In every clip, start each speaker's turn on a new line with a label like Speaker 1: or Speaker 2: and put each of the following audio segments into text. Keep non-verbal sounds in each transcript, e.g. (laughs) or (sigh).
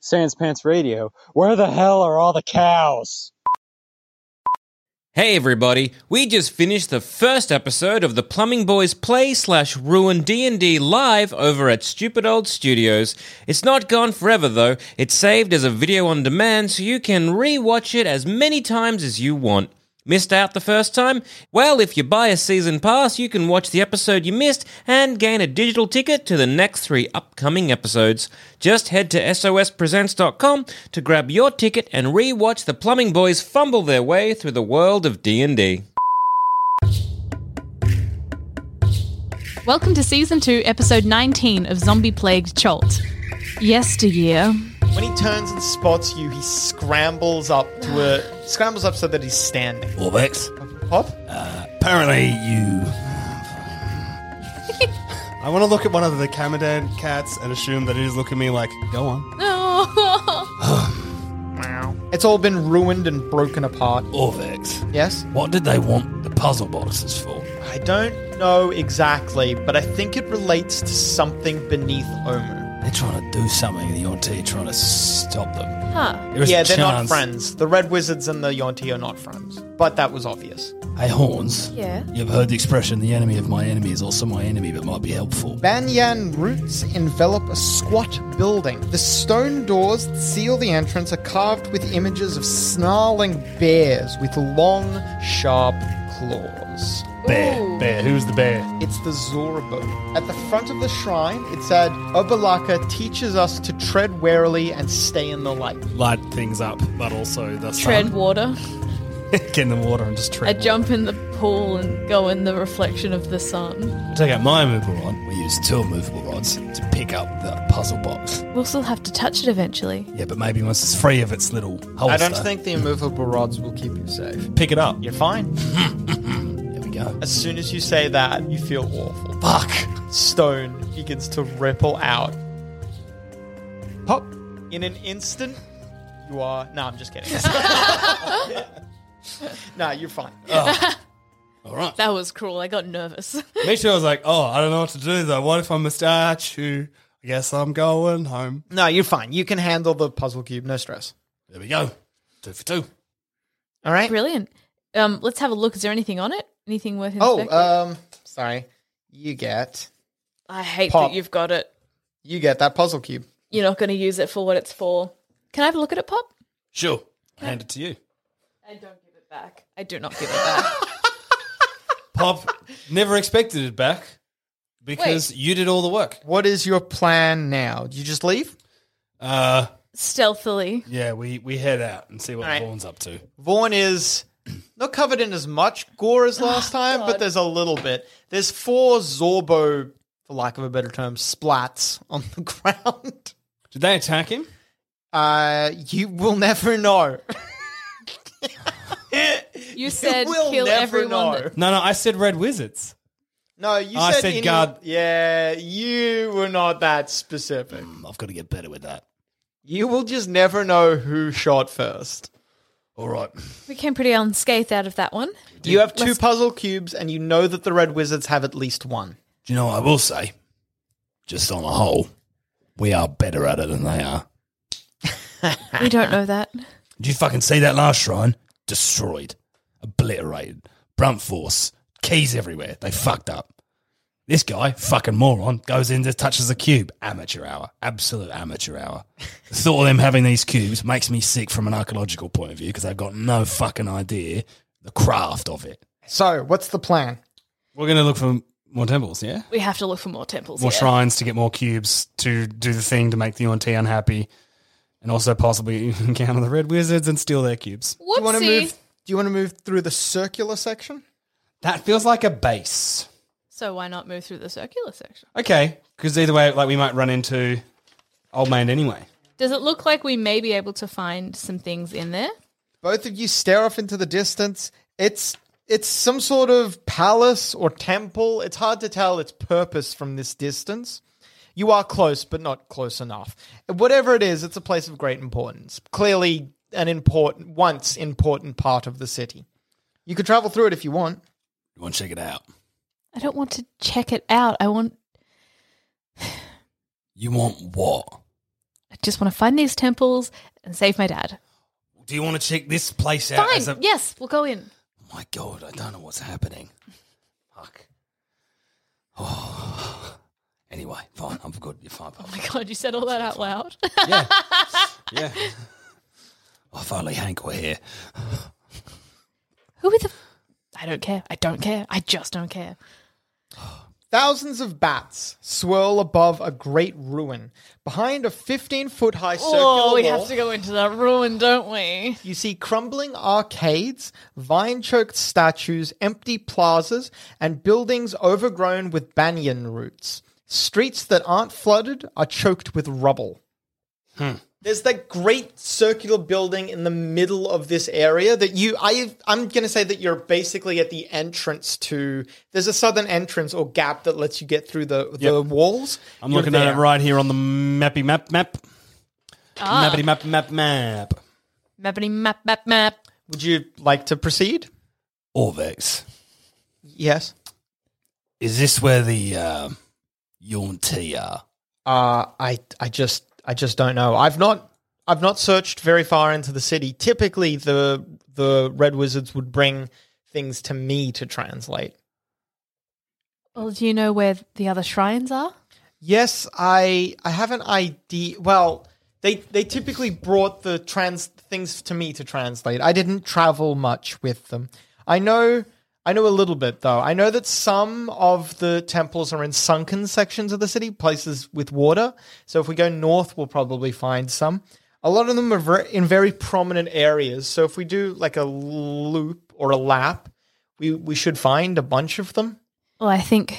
Speaker 1: Sans Pants Radio. Where the hell are all the cows?
Speaker 2: Hey everybody, we just finished the first episode of the Plumbing Boys Play slash Ruin D&D live over at Stupid Old Studios. It's not gone forever though, it's saved as a video on demand so you can re-watch it as many times as you want. Missed out the first time? Well, if you buy a season pass, you can watch the episode you missed and gain a digital ticket to the next three upcoming episodes. Just head to sospresents.com to grab your ticket and re-watch the Plumbing Boys fumble their way through the world of D&D.
Speaker 3: Welcome to Season 2, Episode 19 of Zombie Plagued Cholt. Yesteryear.
Speaker 4: When he turns and spots you, he scrambles up to a scrambles up so that he's standing.
Speaker 5: Orbex,
Speaker 4: Pop.
Speaker 5: apparently you.
Speaker 6: (laughs) I want to look at one of the Camadan cats and assume that it is looking at me like, go on.
Speaker 3: Oh.
Speaker 4: It's all been ruined and broken apart.
Speaker 5: Orvex,
Speaker 4: Yes.
Speaker 5: what did they want the puzzle boxes for?
Speaker 4: I don't know exactly, but I think it relates to something beneath Omen.
Speaker 5: They're trying to do something, the Yonti are trying to stop them.
Speaker 3: Huh.
Speaker 5: There is
Speaker 4: yeah,
Speaker 5: a
Speaker 4: they're not
Speaker 5: chance-
Speaker 4: friends. The Red Wizards and the Yonti are not friends. But that was obvious.
Speaker 5: Hey, Horns.
Speaker 3: Yeah.
Speaker 5: You've heard the expression, the enemy of my enemy is also my enemy, but might be helpful.
Speaker 4: Banyan roots envelop a squat building. The stone doors that seal the entrance are carved with images of snarling bears with long, sharp claws.
Speaker 6: Bear. Bear. Who's the bear?
Speaker 4: It's the Zorabo. At the front of the shrine, it said, Obalaka teaches us to tread warily and stay in the light.
Speaker 6: Light things up, but also the
Speaker 7: (laughs) tread water.
Speaker 6: (laughs) Get in the water and just tread.
Speaker 7: I jump in the pool and go in the reflection of the sun.
Speaker 5: Take out my movable rod. We use two movable rods to pick up the puzzle box.
Speaker 7: We'll still have to touch it eventually.
Speaker 5: Yeah, but maybe once it's free of its little holster.
Speaker 4: I don't think the immovable rods will keep you safe.
Speaker 5: Pick it up.
Speaker 4: You're fine.
Speaker 5: There we go.
Speaker 4: As soon as you say that, you feel awful. (laughs)
Speaker 5: Fuck.
Speaker 4: Stone begins to ripple out. Pop. In an instant, you are. No, I'm just kidding. no, you're fine. Uh,
Speaker 5: All right.
Speaker 7: That was cruel. I got nervous. (laughs)
Speaker 6: Initially, I was like, oh, I don't know what to do though. What if I'm a statue? I guess I'm going home.
Speaker 4: No, you're fine. You can handle the puzzle cube. No stress.
Speaker 5: There we go. Two for two.
Speaker 4: All right.
Speaker 7: Brilliant. Um, let's have a look. Is there anything on it? Anything worth
Speaker 4: Oh,
Speaker 7: inspecting?
Speaker 4: um, sorry. You get
Speaker 7: I hate
Speaker 4: Pop.
Speaker 7: that you've got it.
Speaker 4: you get that puzzle cube.
Speaker 7: You're not going to use it for what it's for. Can I have a look at it, Pop?
Speaker 5: Sure. I hand it to you.
Speaker 7: I don't give it back. I do not give it back.
Speaker 4: (laughs)
Speaker 6: Pop never expected it back because you did all the work.
Speaker 4: What is your plan now? Do you just leave?
Speaker 6: Uh,
Speaker 7: (laughs) Stealthily.
Speaker 6: yeah, we, we head out and see what
Speaker 4: Alright.
Speaker 5: Horns up to.
Speaker 4: Vaughn is not covered in as much gore
Speaker 7: (sighs)
Speaker 4: as last time, but there's a little bit. There's four Zorbo, for lack of a better term, splats on the (laughs) ground.
Speaker 6: Did they attack him?
Speaker 4: Uh, you will never know. (laughs)
Speaker 7: You said
Speaker 4: will
Speaker 7: kill
Speaker 4: never
Speaker 7: everyone.
Speaker 4: know.
Speaker 7: that-
Speaker 6: No, no, I said red wizards.
Speaker 4: No, you
Speaker 6: I
Speaker 4: said,
Speaker 6: said
Speaker 4: in-
Speaker 6: guard.
Speaker 4: Yeah, you were not that specific.
Speaker 5: Mm, I've got to get better with that.
Speaker 4: You will just never know who shot first.
Speaker 5: All right.
Speaker 7: We came pretty unscathed out of that one.
Speaker 4: You have 2 puzzle cubes, and you know that the red wizards have at least one.
Speaker 5: Do you know what I will say? Just on the whole, we are better at it than they are.
Speaker 7: We don't know that.
Speaker 5: Did you fucking see that last shrine? Destroyed, obliterated, brunt force, keys everywhere. They fucked up. This guy, fucking moron, goes in there, touches the cube. Amateur hour, absolute amateur hour. the thought of them having these cubes makes me sick from an archaeological point of view because I've got no fucking idea the craft of it.
Speaker 4: So, what's the plan?
Speaker 6: We're going to look for more temples, yeah?
Speaker 7: (laughs) We have to look for more temples.
Speaker 8: more
Speaker 7: yeah.
Speaker 8: shrines to get more cubes to do the thing to make the UNT unhappy, and also possibly (laughs) encounter the red wizards and steal their cubes.
Speaker 4: Do you want to move? Do you want to move through the circular section?
Speaker 6: That feels like a base.
Speaker 7: So why not move through the circular section?
Speaker 6: Okay, because either way, like we might run into old man anyway.
Speaker 7: Does it look like we may be able to find some things in there?
Speaker 4: Both of you stare off into the distance. It's it's some sort of palace or temple. It's hard to tell its purpose from this distance. You are close, but not close enough. Whatever it is, it's a place of great importance. Clearly, an important, once important part of the city. You could travel through it if you want.
Speaker 5: You want to check it out?
Speaker 7: I don't want to check it out. I want.
Speaker 5: You want what?
Speaker 7: I just want to find these temples and save my dad.
Speaker 5: Do you want to check this place out?
Speaker 7: Fine.
Speaker 5: as a-
Speaker 7: yes, we'll go in. (laughs)
Speaker 5: Oh My God, I don't know what's happening. Fuck. (sighs) Oh. Anyway, fine. I'm good. You're fine. Pop.
Speaker 7: Oh my god, you said all that out loud. (laughs)
Speaker 5: Yeah. (laughs) oh, finally, Hank, we're here.
Speaker 7: Who are the? I don't care. I don't care. I just don't care.
Speaker 4: Thousands of bats swirl above a great ruin. Behind a 15 foot high circular
Speaker 7: Oh, we
Speaker 4: wall,
Speaker 7: have to go into that ruin, don't we?
Speaker 4: You see crumbling arcades, vine choked statues, empty plazas, and buildings overgrown with banyan roots. Streets that aren't flooded are choked with rubble.
Speaker 8: Hmm.
Speaker 4: There's that great circular building in the middle of this area that you I I'm going to say that you're basically at the entrance to there's a southern entrance or gap that lets you get through the the walls.
Speaker 8: I'm
Speaker 4: You're
Speaker 8: looking at
Speaker 4: there.
Speaker 8: it right here on the mappy map map.
Speaker 7: Ah.
Speaker 8: Mappity map map map.
Speaker 7: Mappity map map map.
Speaker 4: Would you like to proceed?
Speaker 5: Orvex,
Speaker 4: Yes.
Speaker 5: is this where the um yawn tea are?
Speaker 4: Uh, I I just I just don't know. I've not I've not searched very far into the city. Typically, the the red wizards would bring things to me to translate.
Speaker 7: Well, do you know where the other shrines are?
Speaker 4: Yes, I I have an idea. Well, they they typically brought the trans things to me to translate. I didn't travel much with them. I know I know a little bit though. I know that some of the temples are in sunken sections of the city, places with water. So if we go north, we'll probably find some. A lot of them are ver- in very prominent areas. So if we do like a loop or a lap, we we should find a bunch of them.
Speaker 7: Well, I think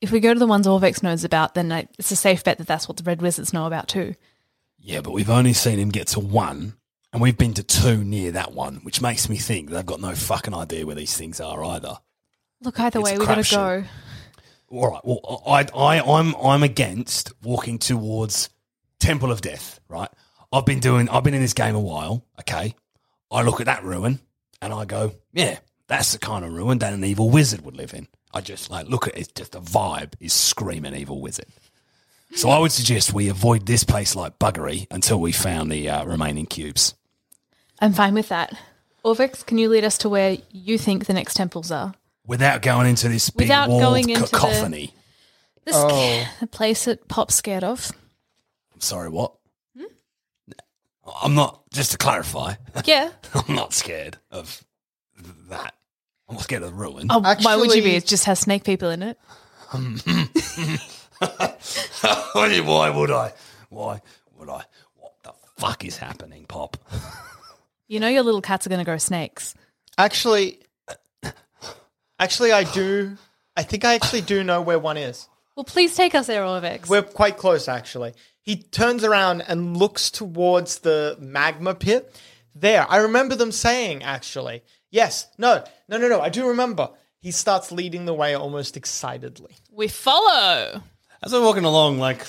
Speaker 7: if we go to the ones Orvex knows about, then I, it's a safe bet that that's what the Red Wizards know about too.
Speaker 5: Yeah, but we've only seen him get to one, and we've been to two near that one, which makes me think they've got no fucking idea where these things are either.
Speaker 7: Look, either
Speaker 5: It's
Speaker 7: way,
Speaker 5: a
Speaker 7: we gotta
Speaker 5: crapshoot.
Speaker 7: go.
Speaker 5: All right. Well, I, I, I'm, I'm against walking towards Temple of Death. Right. I've been doing. I've been in this game a while. Okay. I look at that ruin and I go, yeah, that's the kind of ruin that an evil wizard would live in. I just like look at it. It's just the vibe is screaming evil wizard. So I would suggest we avoid this place like buggery until we found the uh, remaining cubes.
Speaker 7: I'm fine with that. Orvex, can you lead us to where you think the next temples are?
Speaker 5: Without going into this big
Speaker 7: Without
Speaker 5: walled
Speaker 7: going into the-
Speaker 5: cacophony.
Speaker 7: This the place that Pop's scared of.
Speaker 5: I'm sorry, what?
Speaker 7: Hmm?
Speaker 5: I'm not. Just to clarify,
Speaker 7: (laughs) Yeah.
Speaker 5: (laughs) I'm not scared of that. I'm not scared of the ruin.
Speaker 7: Oh, why would you be?
Speaker 4: Actually-
Speaker 7: It just has snake people in it.
Speaker 5: (laughs) Why would I? Why would I? What the fuck is happening, Pop?
Speaker 7: You know your little cats are gonna grow snakes.
Speaker 4: Actually, actually, I do. I think I actually do know where one is.
Speaker 7: Well, please take us there, Orvex.
Speaker 4: We're quite close, actually. He turns around and looks towards the magma pit. There, I remember them saying, actually, yes, no, no, no, no. I do remember. He starts leading the way almost excitedly.
Speaker 7: We follow.
Speaker 6: As I'm walking along, like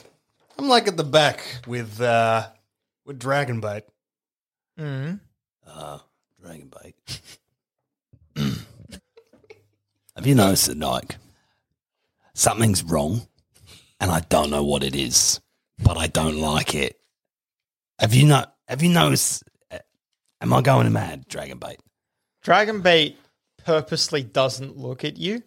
Speaker 6: I'm like at the back with uh with Dragonbait.
Speaker 4: Mm.
Speaker 6: Uh, Dragonbait. (clears throat) Have you noticed that like something's wrong and I don't know what it is, but I don't like it. Have you not have you noticed uh, am I going mad, Dragonbait?
Speaker 4: Dragonbait purposely doesn't look at you,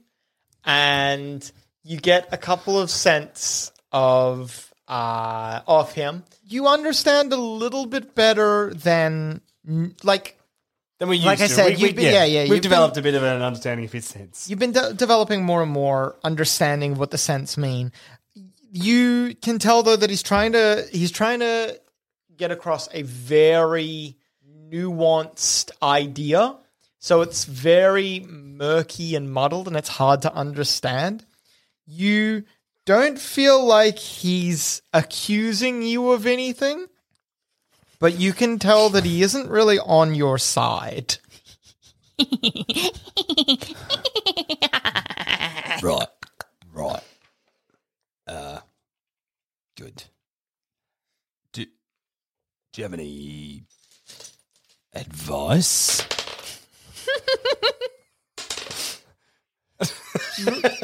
Speaker 4: and you get a couple of cents of uh, of him. You understand a little bit better than like
Speaker 6: Then we used
Speaker 4: Like I
Speaker 6: to.
Speaker 4: said,
Speaker 6: we, we-
Speaker 4: you've been- yeah, yeah,
Speaker 6: We've
Speaker 4: you've
Speaker 6: developed a bit of an understanding of his sense.
Speaker 4: You've been de- developing more and more understanding of what the scents mean. You can tell though that he's trying to he's trying to get across a very nuanced idea. So it's very murky and muddled and it's hard to understand. You don't feel like he's accusing you of anything, but you can tell that he isn't really on your side.
Speaker 6: Right. Right. Uh good. Do, do you have any advice?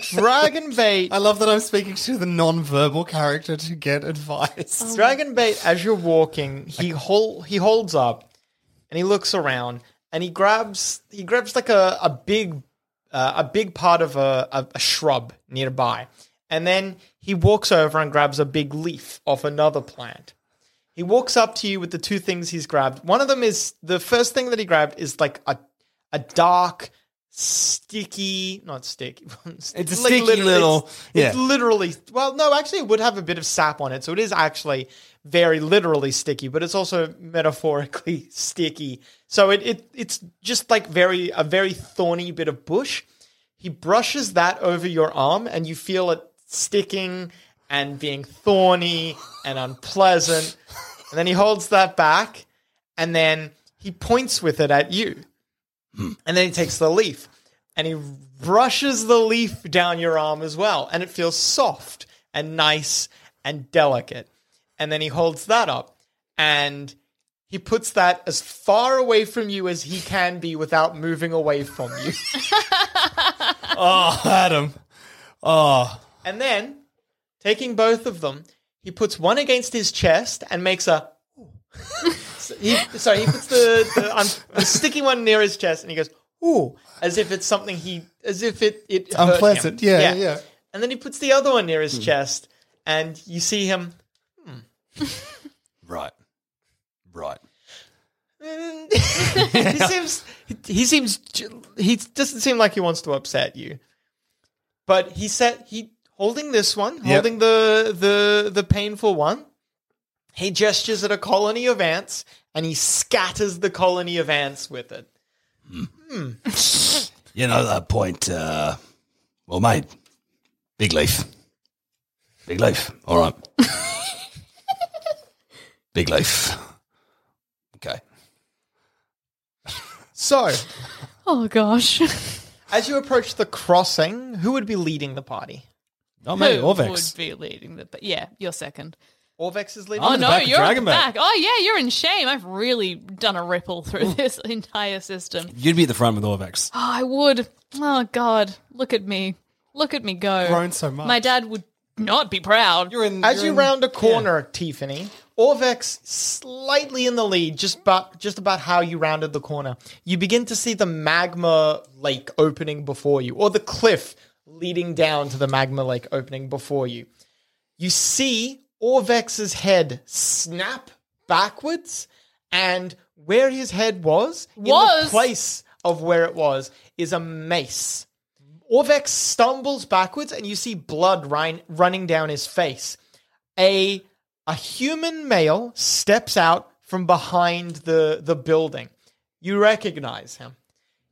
Speaker 4: Dragon bait.
Speaker 6: I love that I'm speaking to the non-verbal character to get advice.
Speaker 8: Oh
Speaker 4: Dragon bait. As you're walking, he hol- he holds up, and he looks around, and he grabs he grabs like a a big uh, a big part of a, a a shrub nearby, and then he walks over and grabs a big leaf off another plant. He walks up to you with the two things he's grabbed. One of them is the first thing that he grabbed is like a a dark. Sticky, not (laughs) sticky. It's
Speaker 6: a sticky little-
Speaker 4: It's,
Speaker 6: yeah.
Speaker 4: literally well no actually it would have a bit of sap on it so it is actually very literally sticky but it's also metaphorically (laughs) sticky so it, it it's just like very a very thorny bit of bush he brushes that over your arm and you feel it sticking and being thorny and unpleasant and then he holds that back and then he points with it at you and then he takes the leaf and he brushes the leaf down your arm as well. And it feels soft and nice and delicate. And then he holds that up and he puts that as far away from you as he can be without moving away from you.
Speaker 6: (laughs) Oh, Adam. Oh,
Speaker 4: and then, taking both of them, he puts one against his chest and makes a. So (laughs) he, sorry, he puts the, the, un, the sticky one near his chest and he goes, ooh, as if it's something he, as if it, it hurt him.
Speaker 6: (laughs) unpleasant. Oh. Yeah, yeah, yeah. Hmm.
Speaker 4: And then he puts the other one near his chest, and you see him.
Speaker 6: Right. Right.
Speaker 4: he seems. He seems. He doesn't seem like he wants to upset you. But he said he holding this one, holding the the the painful one. He gestures at a colony of ants, and he scatters the colony of ants with it.
Speaker 6: You know that point uh well made. Big leaf. Big leaf. All (laughs) right. Big leaf. Okay.
Speaker 4: So,
Speaker 7: Oh gosh.
Speaker 4: as you approach the crossing, who would be leading the party?
Speaker 8: Oh,
Speaker 6: Not
Speaker 7: Who would be leading the? But yeah, you're second.
Speaker 4: Orvex is leading.
Speaker 7: oh no,
Speaker 6: back of
Speaker 7: you're at the
Speaker 6: Dragon Bait.
Speaker 7: back. Oh yeah, you're in shame. I've really done a ripple through this (laughs) entire system.
Speaker 6: You'd be at the front with Orvex.
Speaker 7: Oh, I would. Oh God, look at me. Look at me go.
Speaker 6: Grown so much.
Speaker 7: My dad would not be proud.
Speaker 6: You're in
Speaker 4: As you round a corner, Tiffany, Orvex slightly in the lead, just about just about how you rounded the corner. You begin to see the magma lake opening before you, or the cliff leading down to the magma lake opening before you. You see Orvex's head snap backwards, and where his head was, in
Speaker 7: Was?
Speaker 4: the place of where it was, is a mace. Orvex stumbles backwards, and you see blood rin- running down his face. A a human male steps out from behind the the building. You recognize him.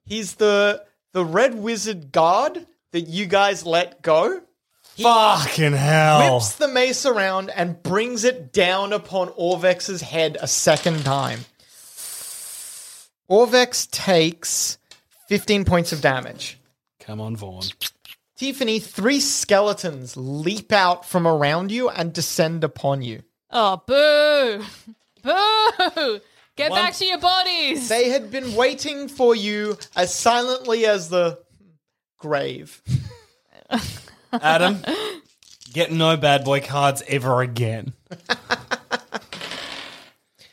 Speaker 4: He's the the red wizard guard that you guys let go.
Speaker 8: Fucking hell.
Speaker 4: Whips the mace around and brings it down upon Orvex's head a second time. Orvex takes 15 points of damage.
Speaker 8: Come on, Vaughn.
Speaker 7: (laughs)
Speaker 4: Tiffany, three skeletons leap out from around you and descend upon you.
Speaker 3: Oh,
Speaker 7: (laughs)
Speaker 3: boo! Boo! Get
Speaker 4: One-
Speaker 3: back to your bodies!
Speaker 4: They had been waiting for you as silently as the grave.
Speaker 7: (laughs)
Speaker 8: Adam, get no bad boy cards ever again.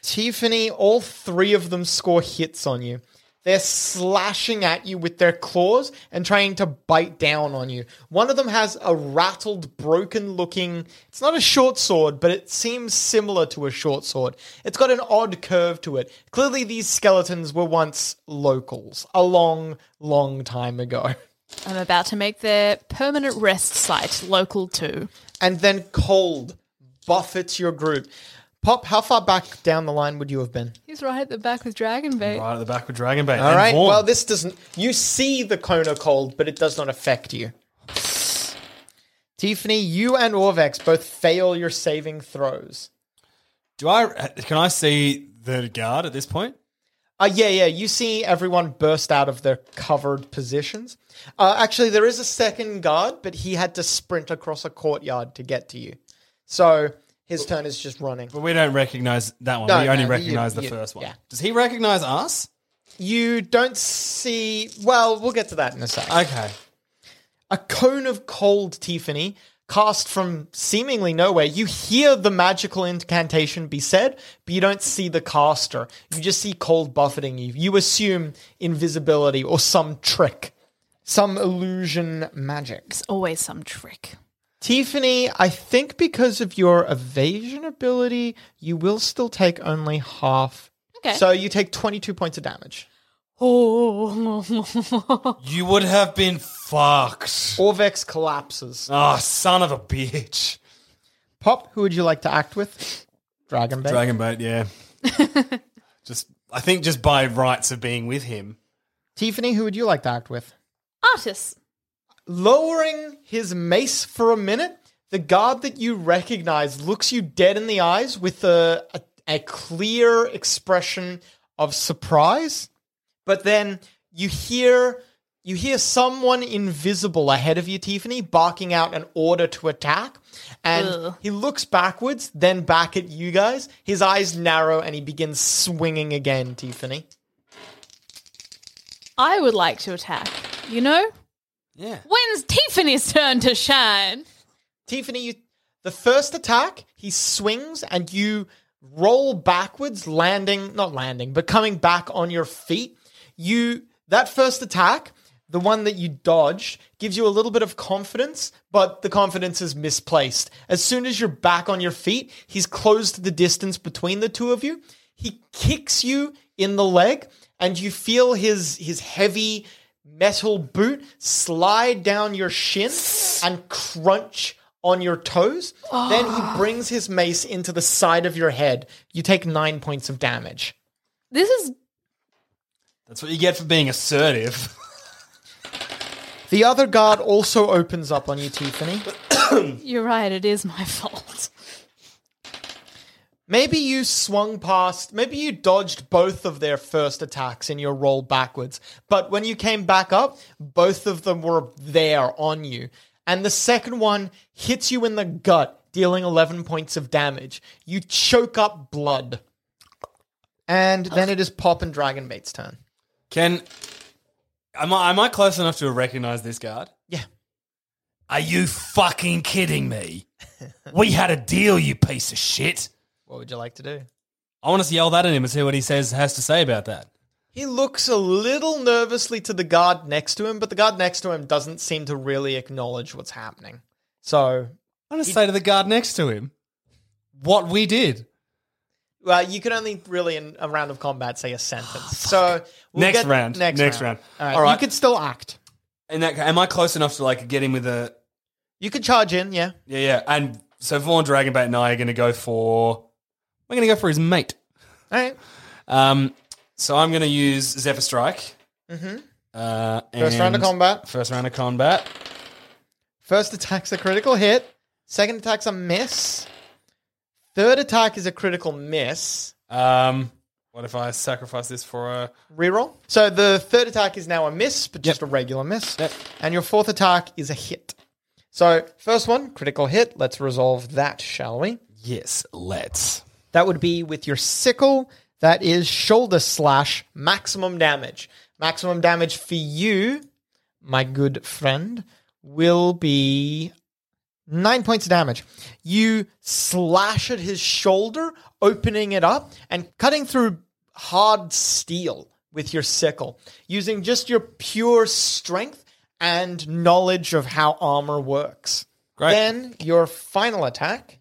Speaker 4: Tiffany, all three of them score hits on you. They're slashing at you with their claws and trying to bite down on you. One of them has a rattled, broken looking. It's not a short sword, but it seems similar to a short sword. It's got an odd curve to it. Clearly, these skeletons were once locals a long, long time ago. (laughs)
Speaker 3: I'm about to make their permanent rest site local too.
Speaker 4: And then cold buffets your group. Pop, how far back down the line would you have been?
Speaker 3: He's right at the back with Dragon Bait.
Speaker 8: Right at the back with Dragon Bait.
Speaker 4: All right. Well, this doesn't. You see the cone of cold, but it does not affect you. Tiffany, you and Orvex both fail your saving throws.
Speaker 8: Do I? Can I see the guard at this point?
Speaker 4: Uh, yeah, yeah. You see everyone burst out of their covered positions. Uh, actually, there is a second guard, but he had to sprint across a courtyard to get to you. So his turn is just running.
Speaker 8: But we don't recognize that one.
Speaker 4: No,
Speaker 8: we only
Speaker 4: no,
Speaker 8: recognize
Speaker 4: you-
Speaker 8: the
Speaker 4: you-
Speaker 8: first one.
Speaker 4: yeah.
Speaker 8: Does he recognize us?
Speaker 4: You don't see. Well, we'll get to that in a second.
Speaker 8: Okay.
Speaker 4: a cone of cold, Tiffany, cast from seemingly nowhere. You hear the magical incantation be said, but you don't see the caster. You just see cold buffeting you. You assume invisibility or some trick, some illusion magic.
Speaker 3: There's always some trick.
Speaker 4: Tiffany, I think because of your evasion ability, you will still take only half.
Speaker 3: Okay.
Speaker 7: (laughs)
Speaker 4: So you take 22 points of damage.
Speaker 3: Oh.
Speaker 8: You would have been fucked.
Speaker 4: Orvex collapses.
Speaker 8: Ah, son of a bitch.
Speaker 4: Pop, who would you like to act with? Dragon Bait.
Speaker 8: Dragon Bait, (laughs) yeah. just, I think just by rights of being with him.
Speaker 4: Tiffany, who would you like to act with?
Speaker 3: Artis.
Speaker 4: lowering his mace for a minute, the guard that you recognize looks you dead in the eyes with a, a, a clear expression of surprise. But then you hear you hear someone invisible ahead of you, Tiffany, barking out an order to attack. And
Speaker 3: Ugh.
Speaker 4: he looks backwards, then back at you guys. His eyes narrow and he begins swinging again, Tiffany.
Speaker 3: I would like to attack. You know?
Speaker 8: Yeah.
Speaker 3: When's Tiffany's turn to shine?
Speaker 4: Tiffany, you, the first attack, he swings and you roll backwards, landing, not landing, but coming back on your feet. You that first attack, the one that you dodged, gives you a little bit of confidence, but the confidence is misplaced. As soon as you're back on your feet, he's closed the distance between the two of you. He kicks you in the leg and you feel his his heavy metal boot slide down your shin and crunch on your toes. Then he brings his mace into the side of your head. You take nine points of damage.
Speaker 3: This is
Speaker 8: That's what you get for being assertive.
Speaker 4: The other guard also opens up on you, Tiffany.
Speaker 3: you're right, it is my (laughs) fault.
Speaker 4: Maybe you swung past, maybe you dodged both of their first attacks in your roll backwards. But when you came back up, both of them were there on you. And the second one hits you in the gut, dealing 11 points of damage. You choke up blood. And then it is Pop and Dragon Bait's turn.
Speaker 8: Can, am I, am I close enough to recognize this guard?
Speaker 4: Yeah.
Speaker 6: Are you fucking kidding me? we had a deal, you piece of shit.
Speaker 4: What would you like to do?
Speaker 8: I want to yell that at him and see what he says has to say about that.
Speaker 4: He looks a little nervously to the guard next to him, but the guard next to him doesn't seem to really acknowledge what's happening. So
Speaker 8: I'm going to say to the guard next to him what we did.
Speaker 4: Well, you can only really in a round of combat say a sentence. so we'll
Speaker 8: Oh, Next
Speaker 4: get-
Speaker 8: round.
Speaker 4: next,
Speaker 8: Next round.
Speaker 4: round. All right.
Speaker 8: All right.
Speaker 4: You could still act.
Speaker 8: And that, am I close enough to like get him with a
Speaker 4: You could charge in. Yeah.
Speaker 8: yeah yeah? And so Vaughn Dragonbait and I are going to go for we're going to go for his mate.
Speaker 4: All right.
Speaker 8: Um, so I'm going to use Zephyr Strike.
Speaker 4: Mm-hmm.
Speaker 8: Uh,
Speaker 4: First round of
Speaker 8: and-
Speaker 4: combat.
Speaker 8: First round of combat.
Speaker 4: First attack's a critical hit. Second attack's a miss. Third attack is a critical miss.
Speaker 8: Um,
Speaker 9: What if I sacrifice this for a
Speaker 4: Reroll. So the third attack is now a miss, but just a regular miss. And your fourth attack is a hit. So first one, critical hit. Let's resolve that, shall we?
Speaker 9: Yes,
Speaker 8: (laughs)
Speaker 9: let's.
Speaker 4: That would be with your sickle. That is shoulder slash maximum damage. Maximum damage for you, my good friend, will be Nine points of damage. You slash at his shoulder, opening it up and cutting through hard steel with your sickle, using just your pure strength and knowledge of how armor works. Great. Then your final attack,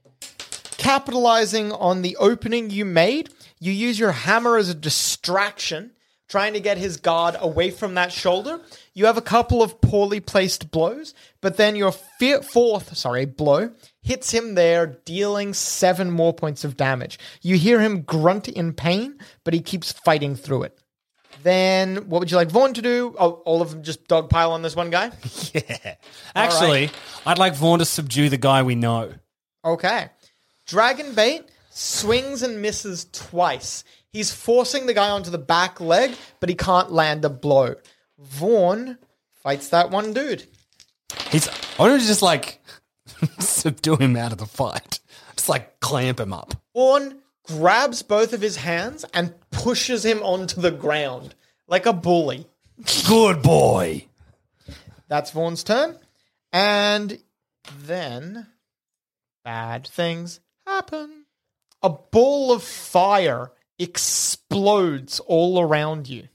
Speaker 4: capitalizing on the opening you made, you use your hammer as a distraction, trying to get his guard away from that shoulder. You have a couple of poorly placed blows, but then your fear- fourth, sorry, blow hits him there, dealing seven more points of damage. You hear him grunt in pain, but he keeps fighting through it. Then what would you like Vaughn to do? Oh, all of them just dogpile on this one guy?
Speaker 5: yeah.
Speaker 4: All
Speaker 5: Actually, I'd like Vaughn to subdue the guy we know.
Speaker 4: Okay. Dragon Bait swings and misses twice. He's forcing the guy onto the back leg, but he can't land a blow. Vaughn fights that one dude.
Speaker 5: He's. I want to just
Speaker 8: (laughs)
Speaker 5: like subdue him out of the fight. Just like clamp him up.
Speaker 4: Vaughn grabs both of his hands and pushes him onto the ground like a bully.
Speaker 5: Good boy.
Speaker 4: That's Vaughn's turn. And then bad things happen. A ball of fire explodes all around you.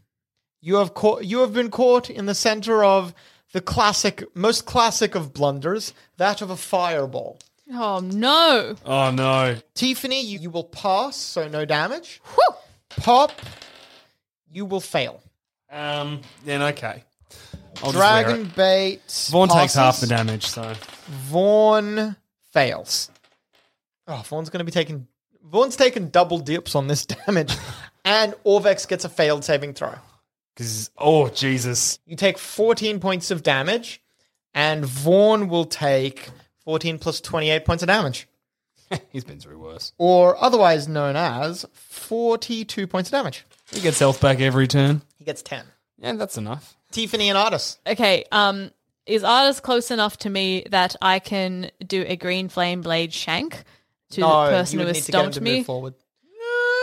Speaker 4: You have caught, you have been caught in the center of the classic, most classic of blunders, that of a fireball.
Speaker 3: Oh no!
Speaker 5: Oh no.
Speaker 4: Tiffany, you, you will pass, so no damage. Pop, you will fail.
Speaker 5: Um, then okay. I'll just wear
Speaker 4: Dragon
Speaker 5: it.
Speaker 4: bait.
Speaker 5: Vaughn takes half the
Speaker 4: passes.
Speaker 5: damage, so
Speaker 4: Vaughn fails. Oh, Vaughn's going to be taking. Vaughn's taking double dips on this (laughs) damage, and Orvex gets a failed saving throw.
Speaker 5: because oh Jesus,
Speaker 4: You take 14 points of damage, and Vaughn will take 14 plus 28 points of damage,
Speaker 5: he's been through worse.
Speaker 4: or otherwise known as 42 points of damage.
Speaker 5: He gets health back every turn.
Speaker 4: He gets 10.
Speaker 5: Yeah, that's enough.
Speaker 4: Tiffany and Artis.
Speaker 3: Okay, um, is Artis close enough to me that I can do a green flame blade shank to the person who has stomped me?
Speaker 4: forward.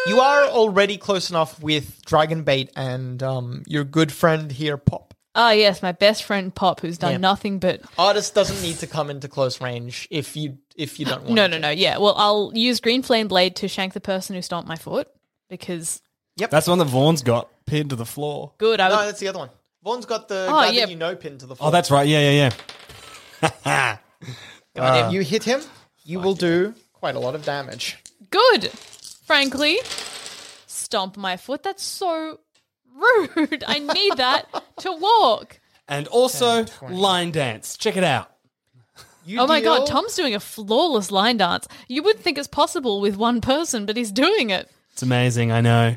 Speaker 4: You are already close enough with Dragon Bait and um, your good friend here, Pop.
Speaker 3: Ah, yes, my best friend Pop, who's done
Speaker 4: Yeah.
Speaker 3: nothing but
Speaker 4: Artist doesn't need to come into close range if you if (laughs) you don't want.
Speaker 3: no,
Speaker 4: to.
Speaker 3: no, no. Yeah, well, I'll use green flame blade to shank the person who stomped my foot because
Speaker 4: Yep.
Speaker 5: That's the one that Vaughn's got pinned to the floor.
Speaker 3: good. I
Speaker 4: no,
Speaker 3: would,
Speaker 4: that's the other one. Vaughn's got the
Speaker 3: Oh,
Speaker 4: guy
Speaker 3: yeah.
Speaker 4: that you know pinned to the floor.
Speaker 5: Oh, that's right. Yeah, yeah, yeah. (laughs)
Speaker 4: God,
Speaker 5: Uh,
Speaker 4: if you hit him, you will do quite a lot of damage.
Speaker 3: good. Frankly, stomp my foot. That's so rude. I need that to walk.
Speaker 5: and also line dance. Check it out.
Speaker 3: oh my god,
Speaker 4: deal-
Speaker 3: Tom's doing a flawless line dance. You wouldn't think it's possible with one person, but he's doing it.
Speaker 5: It's amazing. I know.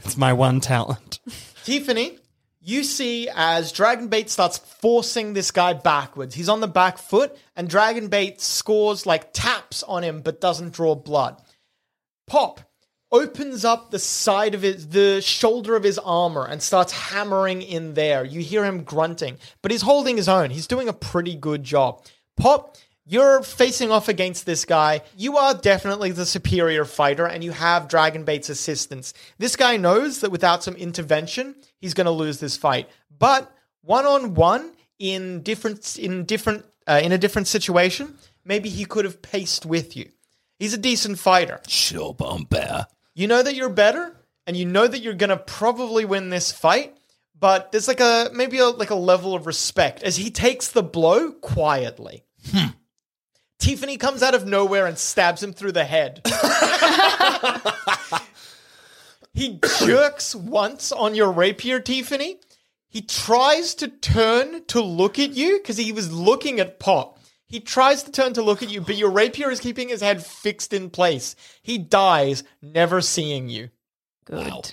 Speaker 5: It's my one talent.
Speaker 4: Tiffany, you see as Dragonbait starts forcing this guy backwards. He's on the back foot, and Dragonbait scores like taps on him but doesn't draw blood. Pop opens up the side of his the shoulder of his armor and starts hammering in there. You hear him grunting, but he's holding his own. He's doing a pretty good job. Pop, you're facing off against this guy. You are definitely the superior fighter and you have Dragonbait's assistance. This guy knows that without some intervention, he's going to lose this fight. But one-on-one in different in different uh, in a different situation, maybe he could have paced with you. He's a decent fighter.
Speaker 6: Sure, but I'm better.
Speaker 4: You know that you're better, and you know that you're gonna probably win this fight. But there's like a maybe a, like a level of respect as he takes the blow quietly. Tiffany comes out of nowhere and stabs him through the head. he jerks once on your rapier, Tiffany. He tries to turn to look at you because he was looking at Pop. He tries to turn to look at you, but your rapier is keeping his head fixed in place. He dies, never seeing you.
Speaker 3: Good.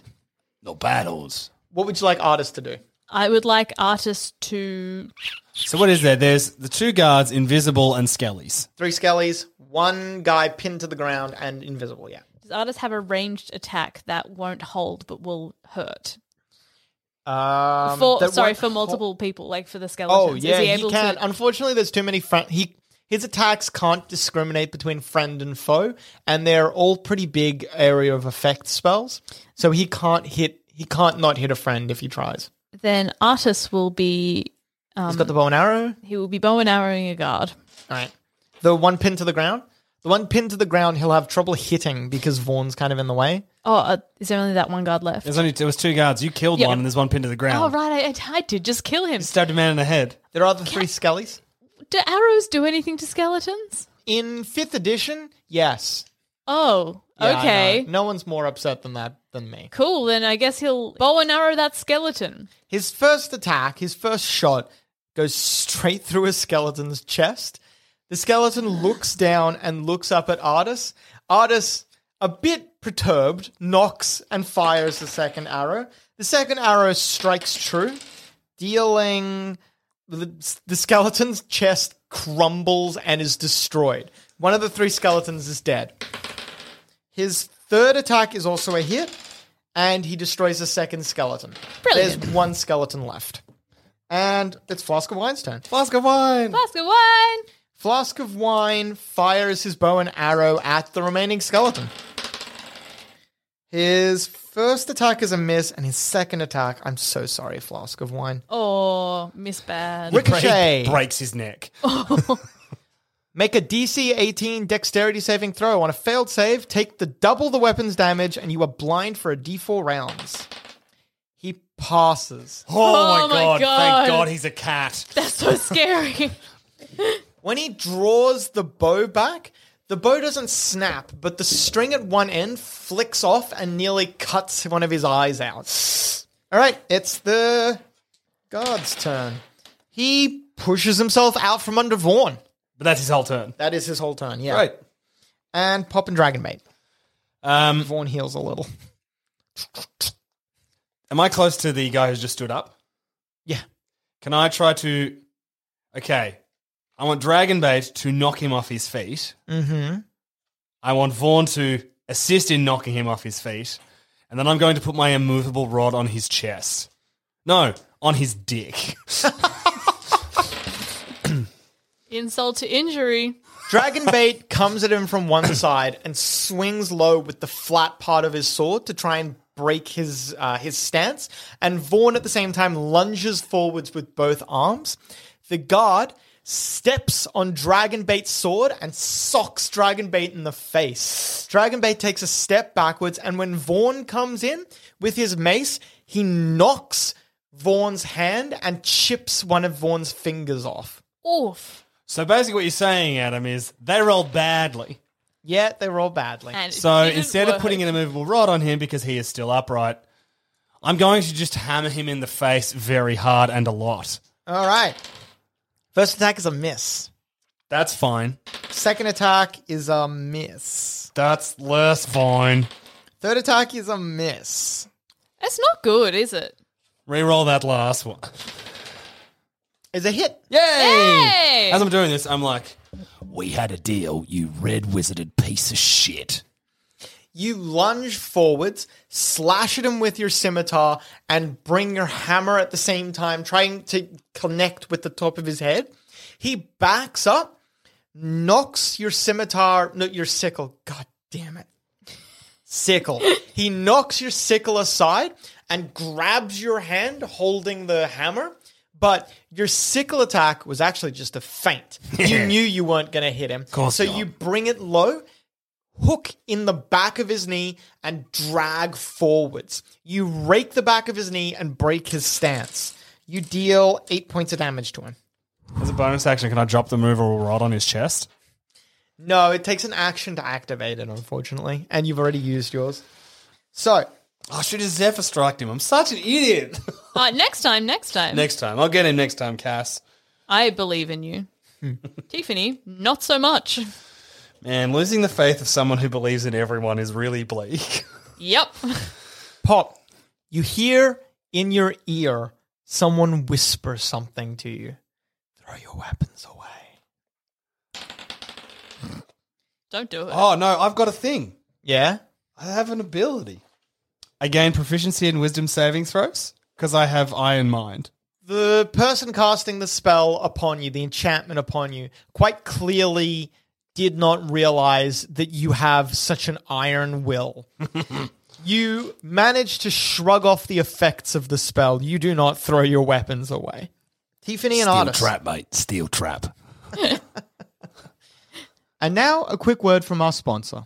Speaker 6: Not battles.
Speaker 4: What would you like artists to do?
Speaker 3: I would like artists to
Speaker 5: So what is there? There's the two guards, invisible and skellies.
Speaker 4: Three skellies, One guy pinned to the ground and invisible, yeah.
Speaker 3: Does Artis have a ranged attack that won't hold but will hurt?
Speaker 4: Um,
Speaker 3: for
Speaker 4: that
Speaker 3: sorry,
Speaker 4: one-
Speaker 3: for multiple people, like for the skeletons.
Speaker 4: Oh yeah,
Speaker 3: Is he
Speaker 4: he,
Speaker 3: able
Speaker 4: can.
Speaker 3: to?
Speaker 4: Unfortunately, there's too many friend. He his attacks can't discriminate between friend and foe, and they're all pretty big area of effect spells. So he can't hit. He can't not hit a friend if he tries.
Speaker 3: Then Artis will be. Um,
Speaker 4: He's got the bow and arrow.
Speaker 3: He will be bow and arrowing a guard.
Speaker 4: All right. The one pin to the ground. The one pin to the ground. He'll have trouble hitting because Vaughn's kind of in the way.
Speaker 3: Oh, uh, is there only that one guard left?
Speaker 8: There's only there was two guards. You killed
Speaker 3: Yeah.
Speaker 8: one, and there's one pinned to the
Speaker 3: Oh
Speaker 8: ground.
Speaker 3: right, I- I, I did just kill him.
Speaker 8: Stabbed a man in the head.
Speaker 4: There are the three skellies.
Speaker 3: Do arrows do anything to skeletons?
Speaker 4: In fifth edition, yes.
Speaker 3: Oh,
Speaker 4: Yeah, I know.
Speaker 3: okay,
Speaker 4: No one's more upset than that than me.
Speaker 3: cool. Then I guess he'll bow and arrow that skeleton.
Speaker 4: His first attack, his first shot, goes straight through a skeleton's chest. The skeleton looks down and looks up at Artis. Artis, a bit perturbed, knocks and fires the second arrow. The second arrow strikes true, dealing. The, the skeleton's chest crumbles and is destroyed. One of the three skeletons is dead. His third attack is also a hit, and he destroys a second skeleton. There's one skeleton left. And it's Flask of Wine's turn. Flask of Wine!
Speaker 3: Flask of wine.
Speaker 4: Flask of Wine fires his bow and arrow at the remaining skeleton. His first attack is a miss, and his second attack, I'm so sorry, Flask of Wine.
Speaker 3: Oh, miss bad.
Speaker 4: Ricochet!
Speaker 8: He breaks his neck. (laughs) Oh,
Speaker 4: Make a DC 18 dexterity saving throw. On a failed save, take the double the weapon's damage and you are blind for a d4 rounds. He passes.
Speaker 8: Oh, my, god. Thank God he's a cat.
Speaker 3: That's so scary. (laughs)
Speaker 4: When he draws the bow back, the bow doesn't snap, but the string at one end flicks off and nearly cuts one of his eyes out. All right, it's the guard's turn. He pushes himself out from under Vaughn.
Speaker 8: But that's his whole turn.
Speaker 4: That is his whole turn, yeah.
Speaker 8: Right.
Speaker 4: And Pop and Dragon Mate.
Speaker 8: Um,
Speaker 4: Vaughn heals a little.
Speaker 8: Am I close to the guy who's just stood up?
Speaker 4: Yeah.
Speaker 8: Can I try to? Okay. I want Dragonbait to knock him off his feet.
Speaker 4: Mm-hmm.
Speaker 8: I want Vaughn to assist in knocking him off his feet, and then I'm going to put my immovable rod on his chest. No, on his dick. (laughs)
Speaker 3: Insult to injury.
Speaker 4: Dragon Bait comes at him from one (coughs) side and swings low with the flat part of his sword to try and break his uh, his stance. And Vaughn at the same time lunges forwards with both arms. The guard steps on Dragon Bait's sword and socks Dragon Bait in the face. Dragon Bait takes a step backwards, and when Vaughn comes in with his mace, he knocks Vaughn's hand and chips one of Vaughn's fingers off.
Speaker 3: Oof.
Speaker 8: so basically, what you're saying, Adam, is they rolled badly.
Speaker 4: Yeah, they roll badly.
Speaker 8: So instead of putting an immovable rod on him because he is still upright, I'm going to just hammer him in the face very hard and a lot.
Speaker 4: All right. First attack is a miss.
Speaker 8: That's fine.
Speaker 4: Second attack is a miss.
Speaker 8: That's less fine.
Speaker 4: Third attack is a miss.
Speaker 3: It's not good, is
Speaker 8: (laughs)
Speaker 3: it?
Speaker 8: Reroll that last one.
Speaker 4: Is a hit.
Speaker 8: Yay!
Speaker 3: Yay!
Speaker 8: As I'm doing this, I'm like,
Speaker 6: We had a deal, you red wizarded piece of shit.
Speaker 4: You lunge forwards, slash at him with your scimitar, and bring your hammer at the same time, trying to connect with the top of his head. He backs up, knocks your scimitar, no, your sickle. God damn it. Sickle. he knocks your sickle aside and grabs your hand holding the hammer. But your sickle attack was actually just a feint. you knew you weren't going to hit him.
Speaker 8: course
Speaker 4: so
Speaker 8: not.
Speaker 4: you bring it low, hook in the back of his knee and drag forwards. You rake the back of his knee and break his stance. You deal eight points of damage to him.
Speaker 8: as a bonus action, can I drop the immovable rod on his chest?
Speaker 4: No, it takes an action to activate it, unfortunately, and you've already used yours. So,
Speaker 8: I should have Oh, Zephyr striked him. I'm such an idiot. (laughs)
Speaker 3: Uh, next time, next time.
Speaker 8: next time. I'll get him next time, Cass.
Speaker 3: I believe in you.
Speaker 8: Hmm.
Speaker 3: Tiffany, not so much.
Speaker 8: Man, losing the faith of someone who believes in everyone is really bleak. (laughs)
Speaker 3: Yep.
Speaker 4: Pop, you hear in your ear someone whisper something to you. Throw your weapons away.
Speaker 3: Don't do it.
Speaker 8: Oh no, I've got a thing.
Speaker 4: Yeah,
Speaker 8: I have an ability. I gain proficiency in wisdom saving throws because I have iron mind.
Speaker 4: the person casting the spell upon you, the enchantment upon you, quite clearly did not realize that you have such an iron
Speaker 6: (laughs)
Speaker 4: will. you manage to shrug off the effects of the spell. You do not throw your weapons away. Tiffany and
Speaker 6: Steel
Speaker 4: Artis.
Speaker 6: trap, mate. Steel trap. (laughs)
Speaker 4: (laughs) And now a quick word from our sponsor.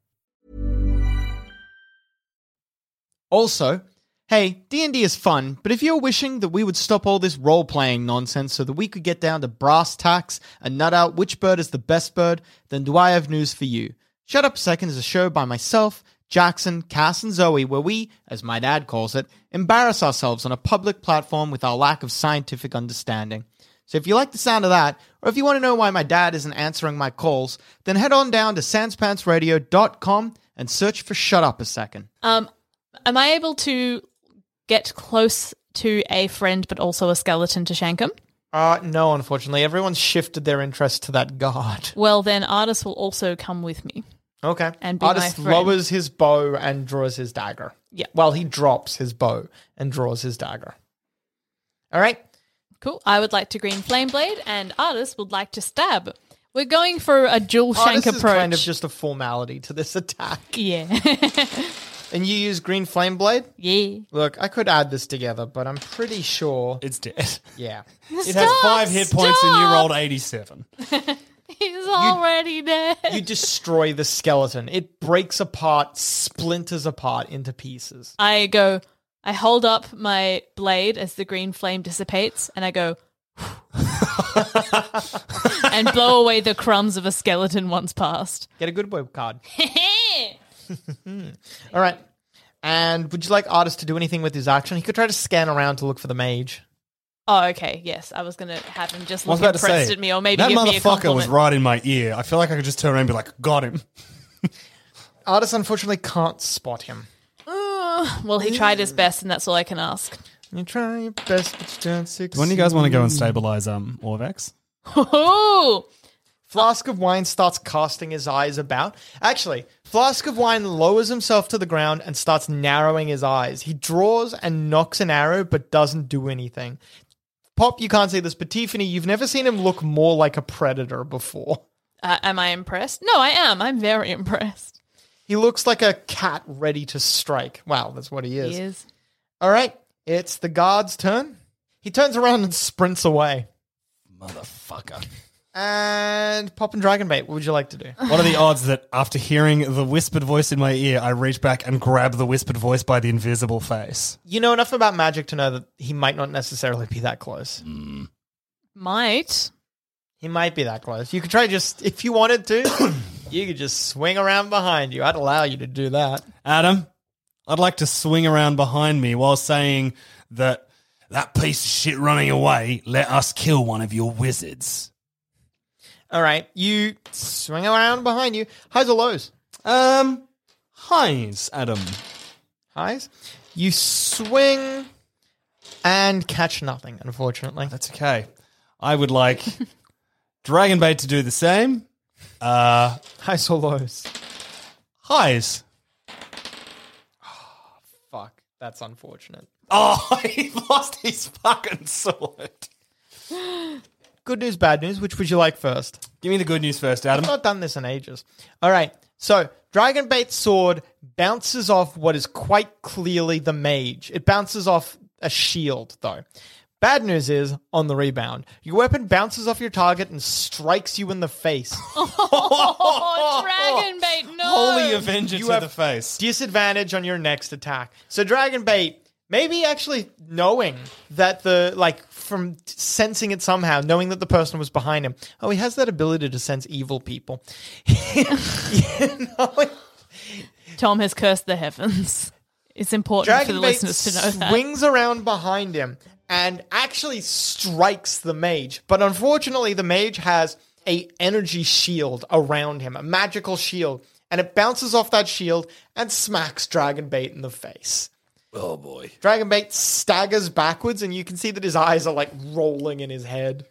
Speaker 4: Also, hey, D&D is fun, but if you're wishing that we would stop all this role-playing nonsense so that we could get down to brass tacks and nut out which bird is the best bird, then do I have news for you. Shut Up a Second is a show by myself, Jackson, Cass, and Zoe where we, as my dad calls it, embarrass ourselves on a public platform with our lack of scientific understanding. So if you like the sound of that, or if you want to know why my dad isn't answering my calls, then head on down to sanspantsradio.com and search for Shut Up a Second.
Speaker 3: Um, am I able to get close to a friend but also a skeleton to shank him?
Speaker 4: Uh, no, unfortunately. Everyone's shifted their interest to that guard.
Speaker 3: Well, then Artis will also come with me.
Speaker 4: Okay.
Speaker 3: And be
Speaker 4: Artist
Speaker 3: my friend.
Speaker 4: lowers his bow and draws his dagger.
Speaker 3: Yeah.
Speaker 4: Well, he drops his bow and draws his dagger. All right.
Speaker 3: Cool. I would like to green flame blade, and Artis would like to stab. We're going for a dual shank
Speaker 4: Artist
Speaker 3: approach.
Speaker 4: is kind of just a formality to this attack.
Speaker 3: yeah. (laughs)
Speaker 4: And you use green flame blade?
Speaker 3: Yeah.
Speaker 4: Look, I could add this together, but I'm pretty sure it's
Speaker 8: dead.
Speaker 4: Yeah.
Speaker 8: It has five hit points and you rolled
Speaker 3: (laughs)
Speaker 8: 87.
Speaker 3: He's already dead.
Speaker 4: You destroy the skeleton. It breaks apart, splinters apart into pieces.
Speaker 3: I go. I hold up my blade as the green flame dissipates, and I go. (laughs) and blow away the crumbs of a skeleton once past.
Speaker 4: Get a good web card. All right. And would you like Artis to do anything with his action? He could try to scan around to look for the mage.
Speaker 3: (laughs) Oh, okay. Yes, I was gonna have him just
Speaker 8: I was
Speaker 3: look
Speaker 8: about to
Speaker 3: impressed
Speaker 8: say
Speaker 3: at me, or maybe
Speaker 8: that
Speaker 3: give me a
Speaker 8: motherfucker
Speaker 3: compliment.
Speaker 8: was right in my ear. I feel like I could just turn around and be like, "Got him."
Speaker 4: Artis unfortunately can't spot him.
Speaker 3: Uh, well, he tried his best, and that's all I can ask. (laughs)
Speaker 4: You try your best, but you don't succeed.
Speaker 8: Do one of you guys want to go and stabilize um Orvex?
Speaker 3: Oh!
Speaker 4: Flask of Wine starts casting his eyes about. Actually, Flask of Wine lowers himself to the ground and starts narrowing his eyes. He draws and knocks an arrow, but doesn't do anything. Pop, you can't see this, but Tiffany, you've never seen him look more like a predator before.
Speaker 3: Uh, am I impressed? No, I am. I'm very impressed.
Speaker 4: He looks like a cat ready to strike. Wow, that's what he is.
Speaker 3: He is.
Speaker 4: All right, it's the guard's turn. He turns around and sprints away.
Speaker 6: Motherfucker.
Speaker 4: And Pop and Dragonbait, what would you like to do?
Speaker 8: What are the odds that after hearing the whispered voice in my ear, I reach back and grab the whispered voice by the invisible face?
Speaker 4: You know enough about magic to know that he might not necessarily be that close.
Speaker 8: (laughs)
Speaker 3: Might.
Speaker 4: He might be that close. You could try just, if you wanted to, (coughs) you could just swing around behind you. I'd allow you to do that.
Speaker 8: Adam, I'd like to swing around behind me while saying that
Speaker 9: That piece of shit running away, let us kill one of your wizards.
Speaker 4: All right. You swing around behind you. Highs or lows?
Speaker 8: Um, Highs, Adam.
Speaker 4: Highs? You swing and catch nothing, unfortunately.
Speaker 8: That's okay. I would
Speaker 4: (laughs)
Speaker 8: like Dragon Bait to do the same. Uh,
Speaker 4: highs or lows?
Speaker 8: Highs.
Speaker 4: Fuck, that's unfortunate.
Speaker 8: Oh, (laughs) he lost his fucking sword.
Speaker 4: Good news, bad news. Which would you like first?
Speaker 8: Give me the good news first, Adam.
Speaker 4: I've not done this in ages. All right. So, Dragon Bait's sword bounces off what is quite clearly the mage. It bounces off a shield, though. Bad news is on the rebound. Your weapon bounces off your target and strikes you in the face.
Speaker 3: Oh, dragon bait, no.
Speaker 8: Holy Avenger
Speaker 4: You
Speaker 8: to
Speaker 4: have
Speaker 8: the face.
Speaker 4: disadvantage on your next attack. So Dragon Bait, maybe actually knowing that the like from sensing it somehow, knowing that the person was behind him. Oh, he has that ability to sense evil people.
Speaker 3: Tom has cursed the heavens. (laughs) It's important for the
Speaker 4: Dragon Bait
Speaker 3: listeners to know that.
Speaker 4: swings around behind him and actually strikes the mage. But unfortunately, the mage has a energy shield around him, a magical shield, and it bounces off that shield and smacks Dragon Bait in the face.
Speaker 6: Oh boy.
Speaker 4: Dragon Bait staggers backwards, and you can see that his eyes are like rolling in his head.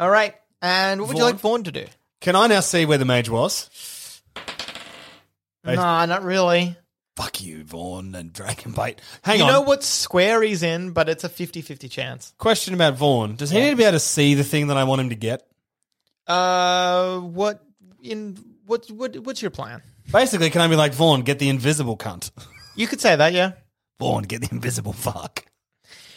Speaker 4: All right, and what would you
Speaker 8: Vaughn?
Speaker 4: like Vaughn to do?
Speaker 8: Can I now see where the mage was? Hey.
Speaker 4: Nah, not really.
Speaker 6: Fuck you, Vaughn and Dragon Bait.
Speaker 8: Hang
Speaker 4: you
Speaker 8: on.
Speaker 4: know what square he's in, but it's a 50-50 chance.
Speaker 8: Question about Vaughn. Does he need to be able to see the thing that I want him to get?
Speaker 4: Uh, what in what what what's your plan?
Speaker 8: Basically, can I be like, Vaughn, get the invisible cunt? (laughs)
Speaker 4: You could say that, yeah.
Speaker 6: Vaughn, get the invisible fuck.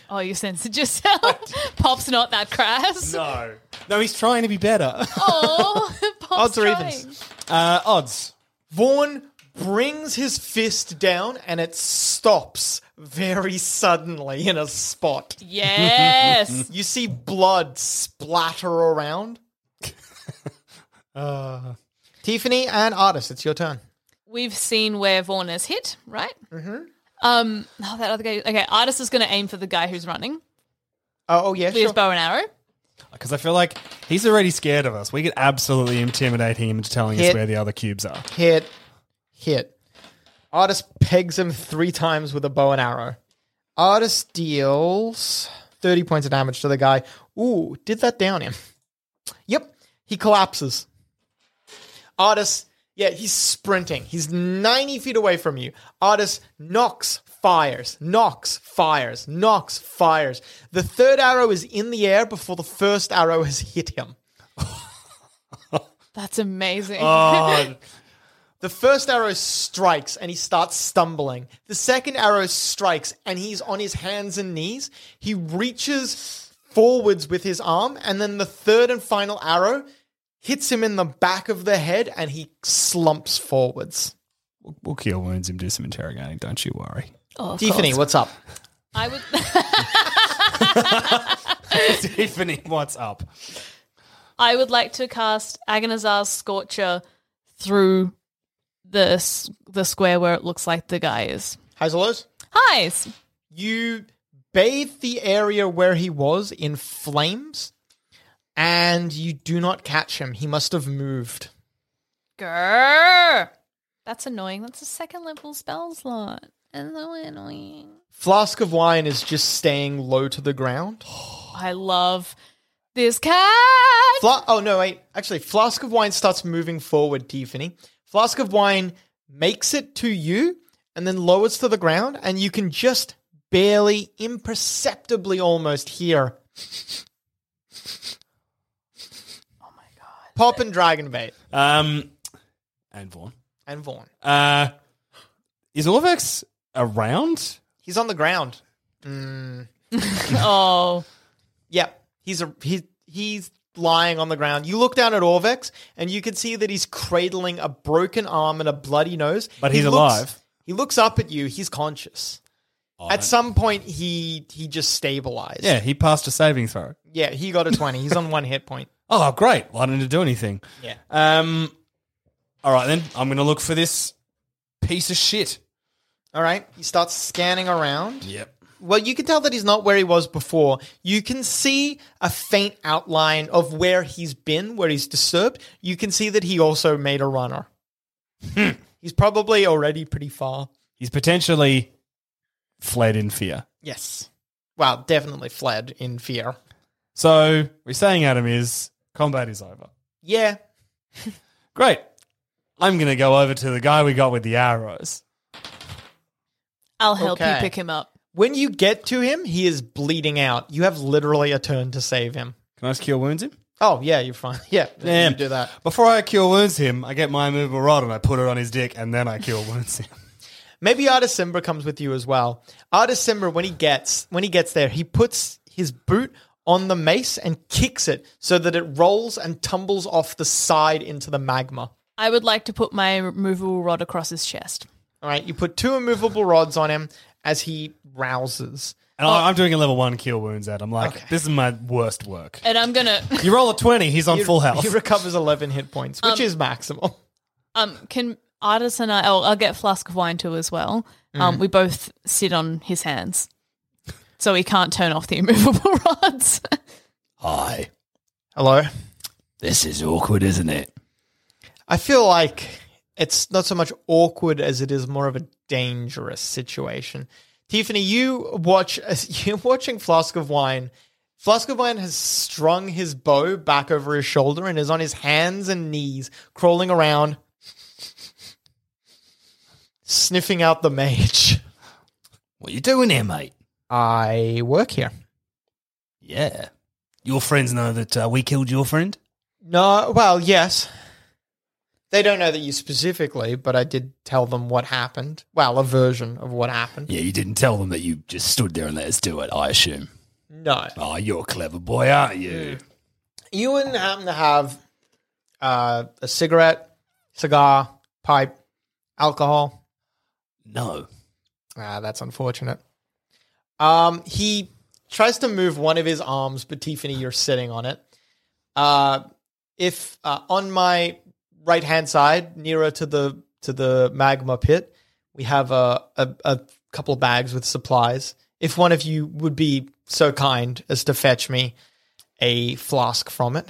Speaker 3: Oh, you censored
Speaker 8: (laughs)
Speaker 3: yourself. Pop's not that crass.
Speaker 8: No. No, he's trying to be better. (laughs)
Speaker 3: Oh, (laughs) Pop's
Speaker 4: Odds or
Speaker 3: trying.
Speaker 4: evens?
Speaker 8: Uh, odds.
Speaker 4: Vaughn brings his fist down and it stops very suddenly in a spot.
Speaker 3: Yes.
Speaker 4: you see blood splatter around.
Speaker 8: Uh,
Speaker 4: Tiffany and Artis, it's your turn.
Speaker 3: We've seen where Vaughn is hit, right? Mm-hmm. Um, oh, that other guy. Okay, Artis is going to aim for the guy who's running
Speaker 4: Oh, oh yeah,
Speaker 3: with his
Speaker 4: sure.
Speaker 3: bow and arrow.
Speaker 8: Because I feel like he's already scared of us. We could absolutely intimidate him into telling us
Speaker 4: Hit.
Speaker 8: where the other cubes are.
Speaker 4: Hit, hit. Artis pegs him three times with a bow and arrow. Artis deals 30 points of damage to the guy. Ooh, did that down him? Yep, he collapses. Artis, yeah, he's sprinting. He's 90 feet away from you. Artis knocks, fires, knocks, fires, knocks, fires. The third arrow is in the air before the first arrow has hit him.
Speaker 3: That's amazing.
Speaker 8: Oh,
Speaker 4: The first arrow strikes and he starts stumbling. The second arrow strikes and he's on his hands and knees. He reaches forwards with his arm, and then the third and final arrow hits him in the back of the head and he slumps forwards.
Speaker 8: we'll, we'll kill wounds him, do some interrogating. Don't you worry. (laughs)
Speaker 3: Oh,
Speaker 4: Tiffany,
Speaker 3: God.
Speaker 4: what's up?
Speaker 3: (laughs) I would. (laughs)
Speaker 8: Tiffany, what's up?
Speaker 3: I would like to cast Agonizar's Scorcher through the s- the square where it looks like the guy is.
Speaker 4: Hazelos?
Speaker 3: Highs.
Speaker 4: You bathe the area where he was in flames and you do not catch him. He must have moved.
Speaker 3: Grr. That's annoying. That's a second level spell slot. And so annoying.
Speaker 4: Flask of wine is just staying low to the ground.
Speaker 3: Oh, I love this
Speaker 4: (laughs)
Speaker 3: cat.
Speaker 4: Fla- oh no, wait. Actually, flask of wine starts moving forward, Tiffany. Flask of wine makes it to you and then lowers to the ground, and you can just barely, imperceptibly, almost hear. Oh Oh my god! Pop and dragon bait
Speaker 8: Um, and Vaughn.
Speaker 4: and Vaughn.
Speaker 8: Uh, is Orvex around?
Speaker 4: He's on the ground. Mm.
Speaker 3: Oh.
Speaker 4: Yep. He's a he, he's lying on the ground. You look down at Orvex and you can see that he's cradling a broken arm and a bloody nose.
Speaker 8: But
Speaker 4: He
Speaker 8: he's
Speaker 4: looks-
Speaker 8: alive.
Speaker 4: He looks up at you. He's conscious. at some point, he he just stabilized.
Speaker 8: Yeah, he passed a saving throw.
Speaker 4: yeah. He got a twenty. he's on one hit point.
Speaker 8: Oh, great. Why didn't it do anything?
Speaker 4: Yeah.
Speaker 8: Um, all right, then. I'm going to look for this piece of shit.
Speaker 4: All right. He starts scanning around.
Speaker 8: Yep.
Speaker 4: Well, you can tell that he's not where he was before. You can see a faint outline of
Speaker 8: Hmm.
Speaker 4: where he's been, where he's disturbed. You can see that he also made a runner. He's probably already pretty far.
Speaker 8: He's potentially fled in fear.
Speaker 4: Yes. Well, definitely fled in fear.
Speaker 8: So we're saying Adam is combat is over.
Speaker 4: Yeah.
Speaker 8: Great. I'm gonna go over to the guy we got with the arrows.
Speaker 3: I'll help
Speaker 4: Okay.
Speaker 3: you pick him up.
Speaker 4: When you get to him, he is bleeding out. You have literally a turn to save him.
Speaker 8: Can I just cure wounds him?
Speaker 4: Oh yeah, you're fine. (laughs) Yeah,
Speaker 8: Damn.
Speaker 4: you do that.
Speaker 8: Before I cure wounds him, I get my immovable rod and I put it on his dick, and then I cure (laughs) wounds him.
Speaker 4: Maybe Artist Simba comes with you as well. Artist Simba, when he gets when he gets there, he puts his boot on the mace and kicks it so that it rolls and tumbles off the side into the magma.
Speaker 3: I would like to put my removable rod across his chest.
Speaker 4: All right, you put two immovable rods on him as he rouses.
Speaker 8: And I, I'm doing a level one cure wounds at. I'm like, this is my worst work.
Speaker 3: And I'm
Speaker 4: (laughs)
Speaker 3: gonna
Speaker 8: You roll a twenty, he's on
Speaker 4: He-
Speaker 8: full health.
Speaker 4: He recovers eleven hit points, which
Speaker 3: Um,
Speaker 4: is maximal.
Speaker 3: um can Artis and I oh, I'll get a flask of wine too as well. Um
Speaker 4: Mm.
Speaker 3: we both sit on his hands. So he can't turn off the (laughs) immovable rods. (laughs)
Speaker 6: Hi.
Speaker 4: Hello.
Speaker 6: This is awkward, isn't it?
Speaker 4: I feel like it's not so much awkward as it is more of a dangerous situation. Tiffany, you watch (laughs) as you're watching Flask of Wine. Flask of Wine has strung his bow back over his shoulder and is on his hands and knees, crawling around, (laughs) sniffing out the mage.
Speaker 6: What you doing here, mate?
Speaker 4: I work here.
Speaker 6: Yeah. Your friends know that uh, we killed your friend?
Speaker 4: No, well, yes. They don't know that you specifically, but I did tell them what happened. Well, a version of what happened.
Speaker 6: Yeah, you didn't tell them that you just stood there and let us do it, I assume.
Speaker 4: No.
Speaker 6: Oh, you're a clever boy, aren't you?
Speaker 4: You wouldn't happen to have uh, a cigarette, cigar, pipe, alcohol?
Speaker 6: No.
Speaker 4: Ah, that's unfortunate. Um, he tries to move one of his arms, but Tiffany, you're sitting on it. Uh, if uh, on my right hand side, nearer to the to the magma pit, we have a, a a couple of bags with supplies. If one of you would be so kind as to fetch me a flask from it.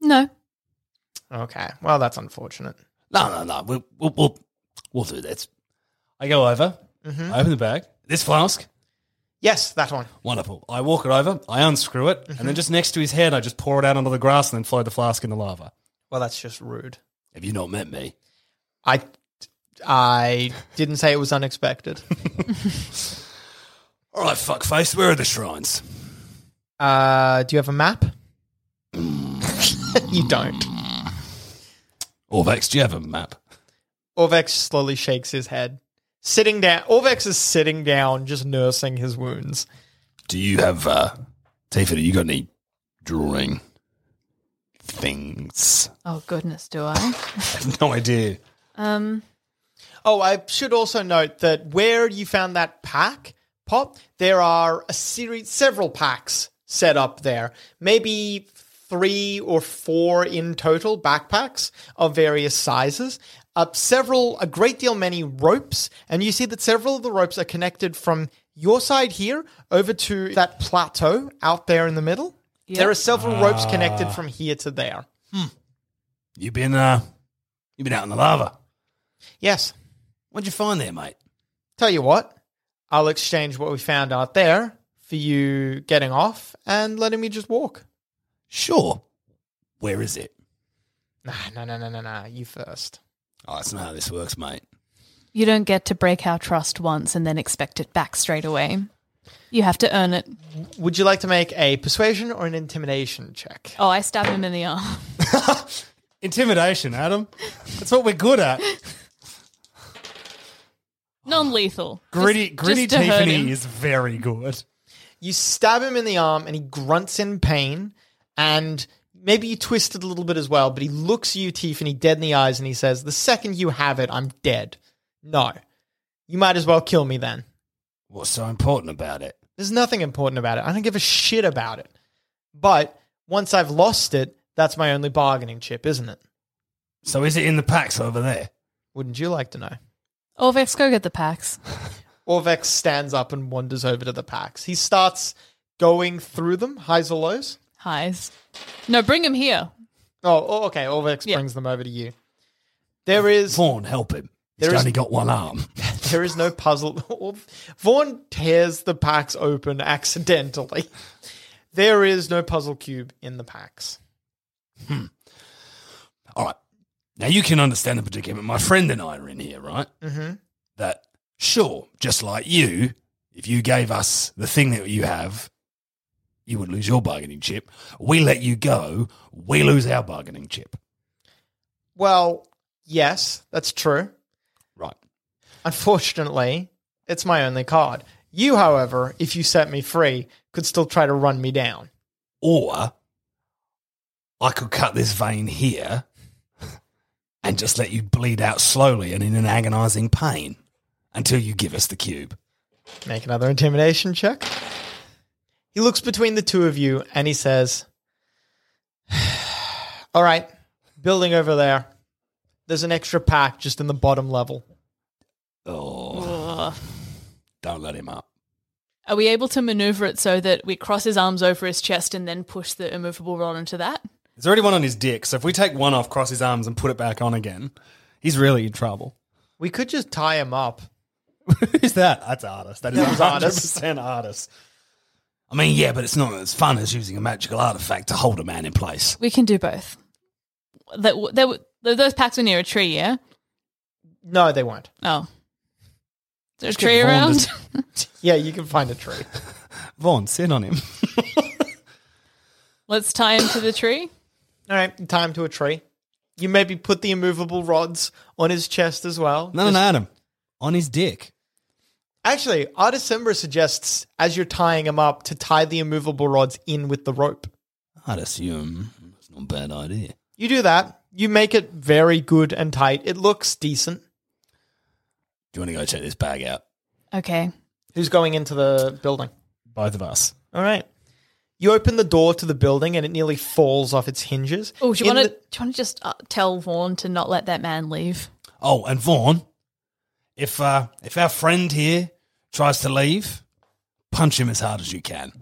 Speaker 3: No.
Speaker 4: Okay. Well, that's unfortunate.
Speaker 6: No, no, no. We'll, we'll, we'll, we'll do this.
Speaker 8: I go over,
Speaker 4: Mhm.
Speaker 8: I open the bag, this flask.
Speaker 4: Yes, that one.
Speaker 8: Wonderful. I walk it over, I unscrew it, and then just next to his head, I just pour it out onto the grass and then float the flask in the lava.
Speaker 4: Well, that's just rude.
Speaker 6: Have you not met me?
Speaker 4: I I didn't say it was (laughs) unexpected.
Speaker 6: All right, fuckface, where are the shrines?
Speaker 4: Uh, do you have a map? (laughs) you don't.
Speaker 6: Orvex, do you have a map?
Speaker 4: Orvex slowly shakes his head, sitting down. Orvex is sitting down, just nursing his wounds.
Speaker 6: Do you have, uh, Tiffany, you got any drawing
Speaker 8: (laughs)
Speaker 6: things?
Speaker 3: Oh goodness, do I?
Speaker 6: I have no idea.
Speaker 3: Um
Speaker 4: Oh, I should also note that where you found that pack, Pop, there are a series, several packs set up there. Maybe three or four in total backpacks of various sizes. Uh, several, a great deal many ropes, and you see that several of the ropes are connected from your side here over to that plateau out there in the middle.
Speaker 3: Yep.
Speaker 4: There are several ropes connected
Speaker 8: Ah.
Speaker 4: from here to there.
Speaker 6: You been, uh, you been out in the lava.
Speaker 4: Yes.
Speaker 6: What'd you find there, mate?
Speaker 4: Tell you what, I'll exchange what we found out there for you getting off and letting me just walk.
Speaker 6: Sure. Where is it?
Speaker 4: Nah, no, no, no, no, no. You first.
Speaker 6: Oh, that's not how this works, mate.
Speaker 3: you don't get to break our trust once and then expect it back straight away. You have to earn it.
Speaker 4: Would you like to make a persuasion or an intimidation check?
Speaker 3: Oh, I stabbed him in the arm. (laughs)
Speaker 8: Intimidation, Adam. That's what we're good at.
Speaker 3: Non lethal.
Speaker 8: Gritty, gritty
Speaker 3: just to hurt him.
Speaker 8: Tiffany is very good.
Speaker 4: You stab him in the arm and he grunts in pain and maybe you twist it a little bit as well, but he looks you, Tiffany, dead in the eyes and he says, The second you have it, I'm dead. No. You might as well kill me then.
Speaker 6: What's so important about it?
Speaker 4: There's nothing important about it. I don't give a shit about it. But once I've lost it, that's my only bargaining chip, isn't it?
Speaker 6: So is it in the packs over there?
Speaker 4: Wouldn't you like to know?
Speaker 3: Orvex, go get the packs.
Speaker 4: Orvex stands up and wanders over to the packs. He starts going through them, highs or lows.
Speaker 3: Highs. No, bring him here.
Speaker 4: Oh, oh, okay. Orvex brings them over to you. There is
Speaker 6: Vaughn, help him.
Speaker 4: There
Speaker 5: He's
Speaker 4: is-
Speaker 5: only got one arm.
Speaker 4: there is no puzzle. (laughs) Vaughn tears the packs open accidentally. There is no puzzle cube in the packs.
Speaker 5: All right. Now you can understand the predicament my friend and I are in here, right?
Speaker 4: Mm-hmm.
Speaker 5: That sure, just like you, if you gave us the thing that you have, you would lose your bargaining chip. We let you go, we lose our bargaining chip.
Speaker 4: Well, yes, that's true.
Speaker 5: Right.
Speaker 4: Unfortunately, it's my only card. You, however, if you set me free, could still try to run me down.
Speaker 5: Or I could cut this vein here (laughs) and just let you bleed out slowly and in an agonizing pain until you give us the cube.
Speaker 4: Make another intimidation check. He looks between the two of you and he says, (sighs) All right, building over there. There's an extra pack just in the bottom level.
Speaker 5: Oh. Don't let him up.
Speaker 3: Are we able to maneuver it so that we cross his arms over his chest and then push the immovable rod into that?
Speaker 8: There's already one on his dick, so if we take one off, cross his arms, and put it back on again, he's really in trouble. (laughs)
Speaker 4: We could just tie him up.
Speaker 8: Who's that? That's artist. That is
Speaker 4: That was artist.
Speaker 8: 100% artist.
Speaker 9: I mean, yeah, but it's not as fun as using a magical artifact to hold a man in place.
Speaker 7: We can do both.
Speaker 3: That, that, those packs were near a tree, yeah?
Speaker 4: No, they won't.
Speaker 3: Oh. There's a
Speaker 4: Just get
Speaker 3: tree
Speaker 4: Vaughn
Speaker 3: around?
Speaker 4: to- yeah, you can find a tree.
Speaker 8: Vaughn, sit on
Speaker 3: (laughs)
Speaker 8: him.
Speaker 3: (laughs) Let's tie him to the tree.
Speaker 4: All right, tie him to a tree. You maybe put the immovable rods on his chest as well.
Speaker 8: No, no, no, Adam. On his dick.
Speaker 4: Actually, Artisimber suggests as you're tying him up to tie the immovable rods in with the rope.
Speaker 6: I'd assume it's not a bad idea.
Speaker 4: You do that. You make it very good and tight. It looks decent.
Speaker 6: Do you want to go check this bag out?
Speaker 7: Okay.
Speaker 4: Who's going into the building?
Speaker 8: Both of us.
Speaker 4: All right. You open the door to the building and it nearly falls off its hinges.
Speaker 3: Oh, do you
Speaker 4: In
Speaker 3: want to
Speaker 4: the-
Speaker 3: do you want to just uh, tell Vaughn to not let that man leave?
Speaker 9: Oh, and Vaughn, if uh, if our friend here tries to leave, punch him as hard as you can.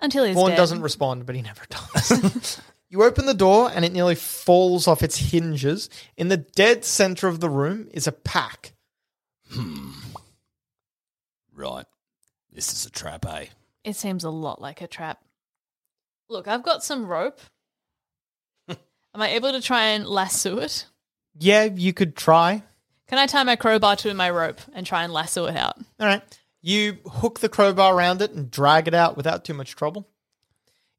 Speaker 3: Until he's
Speaker 4: Vaughn
Speaker 3: dead.
Speaker 4: doesn't respond, but he never does. (laughs) you open the door and it nearly falls off its hinges. In the dead center of the room is a pack.
Speaker 6: Right. This is a trap, eh?
Speaker 3: It seems a lot like a trap. Look, I've got some
Speaker 4: (laughs)
Speaker 3: rope. Am I able to try and lasso it?
Speaker 4: Yeah, you could try.
Speaker 3: Can I tie my crowbar to my rope and try and lasso it out?
Speaker 4: All right. You hook the crowbar around it and drag it out without too much trouble.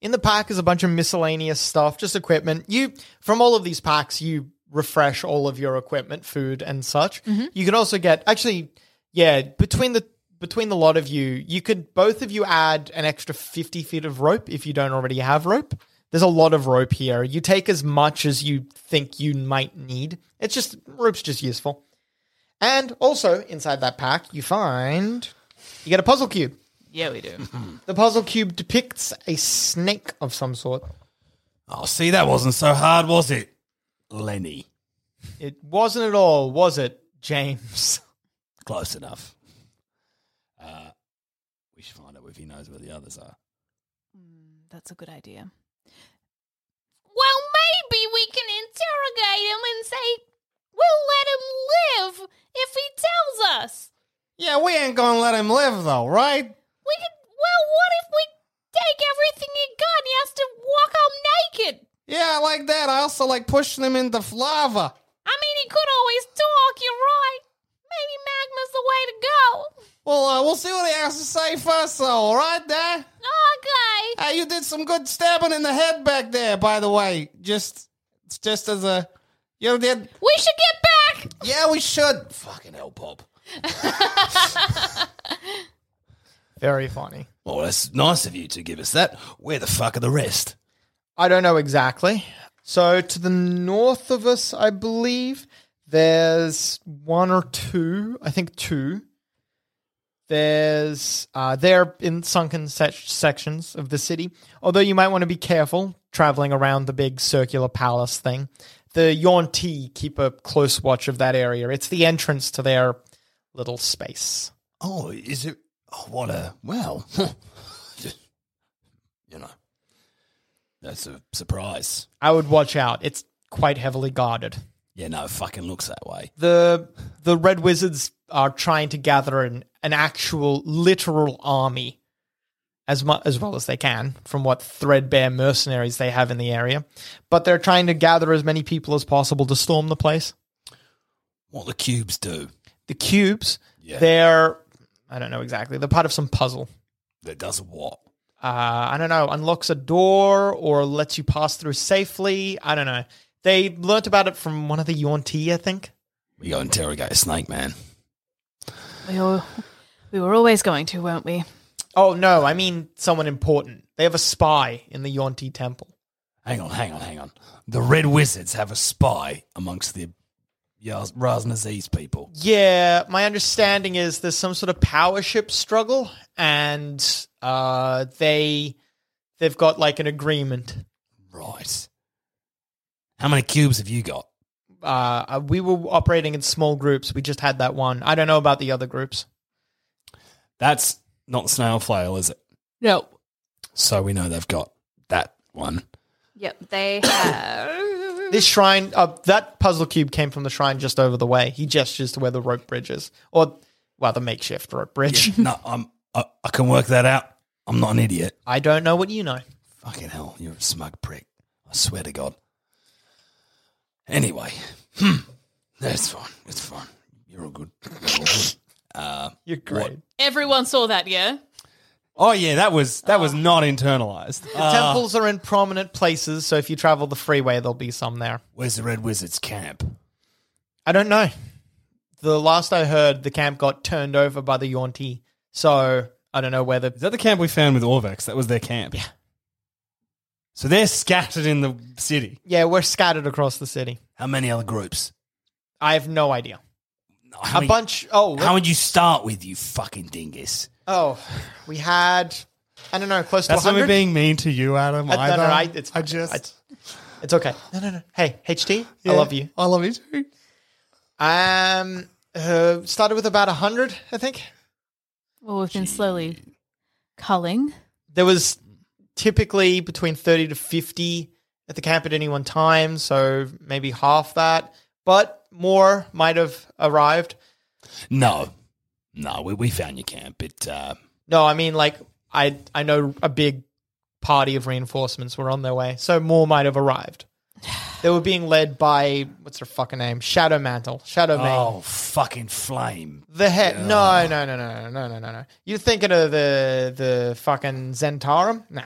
Speaker 4: In the pack is a bunch of miscellaneous stuff, just equipment. You from all of these packs, you refresh all of your equipment, food and such.
Speaker 3: Mhm.
Speaker 4: You can also get actually, yeah, between the between the lot of you, you could both of you add an extra fifty feet of rope if you don't already have rope. There's a lot of rope here. You take as much as you think you might need. It's just rope's just useful. And also inside that pack, you find you get a puzzle cube.
Speaker 3: Yeah, we do.
Speaker 4: The puzzle cube depicts a snake of some sort.
Speaker 9: Oh, see, that wasn't so hard, was it, Lenny?
Speaker 4: It wasn't at all, was it, James? (laughs)
Speaker 6: Close enough. Uh, we should find out if he knows where the others are.
Speaker 7: (laughs) That's a good idea.
Speaker 10: Well, maybe we can interrogate him and say, we'll let him live if he tells us.
Speaker 4: Yeah, we ain't gonna let him live though, right?
Speaker 10: We could, well, what if we take everything he got and he has to walk home naked?
Speaker 4: Yeah, I like that. I also like pushing him into lava.
Speaker 10: I mean, he could always talk, you're right. Maybe magma's the way to go.
Speaker 4: Well, uh, we'll see what he has to say first, though, all right, Dad?
Speaker 10: Okay.
Speaker 4: Hey, you did some good stabbing in the head back there, by the way. Just, it's just as a, you did.
Speaker 10: We should get back.
Speaker 4: Yeah, we should.
Speaker 6: Fucking hell, Bob.
Speaker 4: Very funny.
Speaker 9: Well, that's nice of you to give us that. Where the fuck are the rest?
Speaker 4: I don't know exactly. So to the north of us, I believe there's one or two. I think two. There's uh, they're in sunken se- sections of the city. Although you might want to be careful traveling around the big circular palace thing. The Yonti keep a close watch of that area. It's the entrance to their little space.
Speaker 9: Oh, is it? Oh, what a
Speaker 6: (laughs)
Speaker 9: well.
Speaker 6: You know, that's a surprise.
Speaker 4: I would watch out. It's quite heavily guarded.
Speaker 6: Yeah, no, it fucking looks that way.
Speaker 4: The the red wizards are trying to gather an, an actual literal army as much as well as they can from what threadbare mercenaries they have in the area but they're trying to gather as many people as possible to storm the place
Speaker 6: What the cubes do?
Speaker 4: the cubes they're i don't know exactly they're part of some puzzle
Speaker 6: That does what?
Speaker 4: uh, I don't know, unlocks a door or lets you pass through safely. I don't know. They learnt about it from one of the Yonti, I think.
Speaker 6: We go interrogate a snake man.
Speaker 7: We, all, we were always going to, weren't we?
Speaker 4: Oh, no, I mean someone important. They have a spy in the Yonti temple.
Speaker 9: Hang on, hang on, hang on. The Red Wizards have a spy amongst the Yaz- Raznaziz people.
Speaker 4: Yeah, my understanding is there's some sort of power ship struggle, and uh, they they've got like an agreement.
Speaker 9: Right. How many cubes have you got?
Speaker 4: Uh, we were operating in small groups. We just had that one. I don't know about the other groups.
Speaker 9: That's not snail flail, is it?
Speaker 7: No.
Speaker 9: So we know they've got that one.
Speaker 7: Yep, they have.
Speaker 4: This shrine, uh, that puzzle cube came from the shrine just over the way. He gestures to where the rope bridge is, or well, the makeshift rope
Speaker 9: (laughs)
Speaker 4: bridge.
Speaker 9: no, I'm. I, I can work that out. I'm not an idiot.
Speaker 4: (laughs) I don't know what you know.
Speaker 9: Fucking hell, you're a smug prick. I swear to God. Anyway, hmm, that's fine. It's fine. You're all good. You're all good.
Speaker 6: Uh,
Speaker 4: You're great.
Speaker 3: Everyone saw that, yeah?
Speaker 8: Oh yeah, that was that was not internalized. Uh,
Speaker 4: The temples are in prominent places, so if you travel the freeway, there'll be some there.
Speaker 9: Where's the Red Wizards camp?
Speaker 4: I don't know. The last I heard, the camp got turned over by the Yonti, so I don't know whether. Is
Speaker 8: that the camp we found with Orvex? That was their camp. Yeah. So they're scattered in the city.
Speaker 4: Yeah, we're scattered across the city.
Speaker 9: How many other groups?
Speaker 4: I have no idea.
Speaker 9: How
Speaker 4: a
Speaker 9: many-
Speaker 4: bunch. Oh,
Speaker 9: How would you start with, you fucking dingus?
Speaker 4: Oh, we had. I don't know, close
Speaker 8: That's
Speaker 4: to
Speaker 8: not me
Speaker 4: 100.
Speaker 8: being mean to you, Adam.
Speaker 4: I, no,
Speaker 8: either.
Speaker 4: no, I, it's, I just. it's okay. No, no, no. Hey, HT, I love you.
Speaker 8: I love you too.
Speaker 4: Um, uh, started with about 100, I think.
Speaker 7: Well, we've been slowly culling.
Speaker 4: There was typically between 30 to 50 at the camp at any one time, so maybe half that, but more might have arrived.
Speaker 6: No, no, we, we found your camp. It uh,
Speaker 4: No, I mean, like, I, I know a big party of reinforcements were on their way, so more might have arrived. They were being led by, what's her fucking name? Shadow Mantle. Shadow Mane.
Speaker 9: Oh, fucking flame.
Speaker 4: The head? No, no, no, no, no, no, no, no, no. You thinking of the the fucking Zentarum? Nah,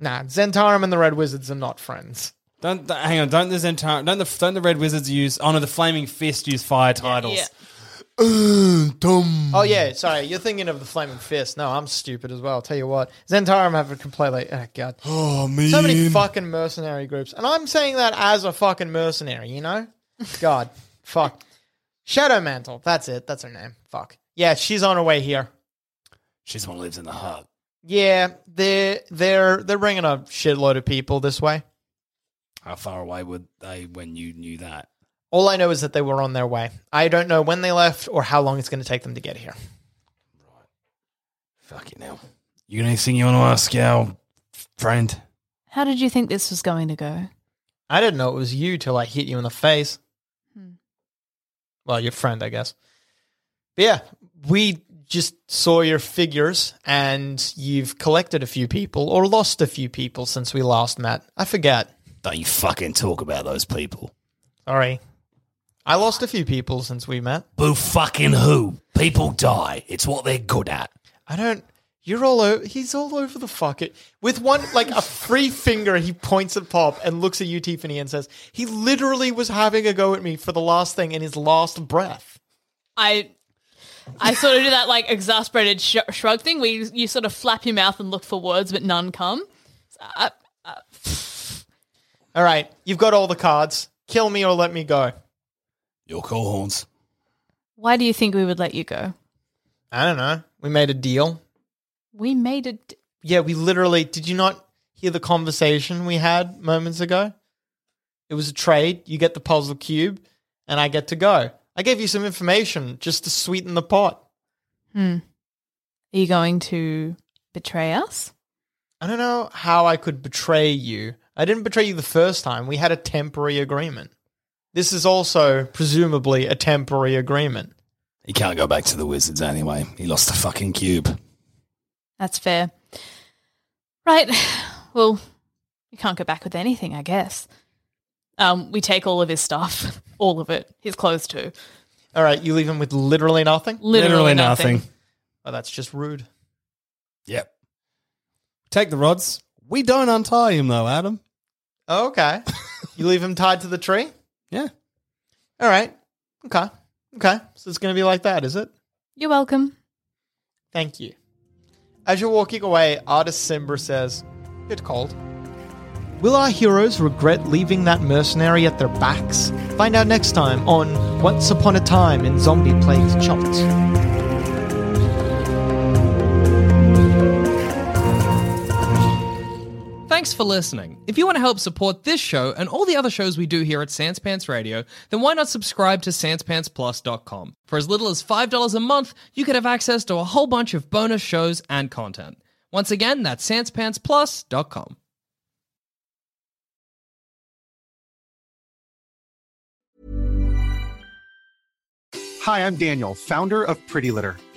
Speaker 4: nah. Zentarum and the Red Wizards are not friends.
Speaker 8: Don't th- hang on. Don't the Zentar- Don't the don't the Red Wizards use? Oh no, the Flaming Fist use fire titles.
Speaker 4: Oh yeah, sorry. You're thinking of the Flaming Fist. No, I'm stupid as well. I'll tell you what. Zentarum have a complaint like, oh god,
Speaker 8: oh
Speaker 4: so many fucking mercenary groups, and I'm saying that as a fucking mercenary. You know, God, (laughs) fuck. Shadow Mantle. That's it. That's her name. Fuck. Yeah, she's on her way here.
Speaker 9: She's the one who lives in the hut.
Speaker 4: Yeah, they're they're they're bringing a shitload of people this way.
Speaker 9: How far away were they when you knew that?
Speaker 4: All I know is that they were on their way. I don't know when they left or how long it's going to take them to get here.
Speaker 9: Fucking hell. You got anything you want to ask our friend?
Speaker 7: How did you think this was going to go?
Speaker 4: I didn't know it was you till I hit you in the face. Well, your friend, I guess. But yeah, we just saw your figures and you've collected a few people or lost a few people since we last met. I forget.
Speaker 6: don't you fucking talk about those people.
Speaker 4: Sorry. I lost a few people since we met.
Speaker 6: Boo fucking who? People die. It's what they're good at.
Speaker 4: I don't. You're all over. He's all over the fucking. With one, like a free finger, he points at Pop and looks at you, Tiffany, and says, He literally was having a go at me for the last thing in his last breath.
Speaker 3: I I sort of do that like exasperated sh- shrug thing where you, you sort of flap your mouth and look for words, but none come. So I, I-
Speaker 4: All right, you've got all the cards. Kill me or let me go.
Speaker 9: Your call horns.
Speaker 7: Why do you think we would let you go?
Speaker 4: I don't know. We made a deal.
Speaker 7: We made a. D-
Speaker 4: Yeah, we literally. Did you not hear the conversation we had moments ago? It was a trade. You get the puzzle cube, and I get to go. I gave you some information just to sweeten the pot.
Speaker 7: hmm. Are you going to betray us?
Speaker 4: I don't know how I could betray you. I didn't betray you the first time. We had a temporary agreement. This is also presumably a temporary agreement.
Speaker 6: He can't go back to the wizards anyway. He lost the fucking cube.
Speaker 7: That's fair. Right. (sighs) Well, you can't go back with anything, I guess.
Speaker 3: Um, we take all of
Speaker 7: (laughs)
Speaker 3: his stuff, all of it, his clothes too.
Speaker 4: All right, you leave him with literally nothing?
Speaker 3: Literally Literally nothing. nothing.
Speaker 4: Oh, that's just rude.
Speaker 8: Yep. Take the rods. We don't untie him though, Adam.
Speaker 4: Oh, Okay. you leave him tied to the tree?
Speaker 8: Yeah.
Speaker 4: All right. Okay. Okay. So it's going to be like that, is it?
Speaker 7: You're welcome.
Speaker 4: Thank you. As you're walking away, artist Simbra says, Bit cold. Will our heroes regret leaving that mercenary at their backs? Find out next time on Once Upon a Time in Zombie Plague's Chopped.
Speaker 11: Thanks for listening. If you want to help support this show and all the other shows we do here at Sans Pants Radio, then why not subscribe to SansPantsPlus.com? For as little as $5 a month, you could have access to a whole bunch of bonus shows and content. Once again, that's SansPantsPlus.com.
Speaker 12: Hi, I'm Daniel, founder of Pretty Litter.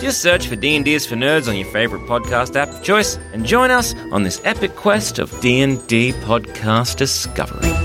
Speaker 13: Just search for D&D is for Nerds on your favorite podcast app of choice and join us on this epic quest of D&D podcast discovery.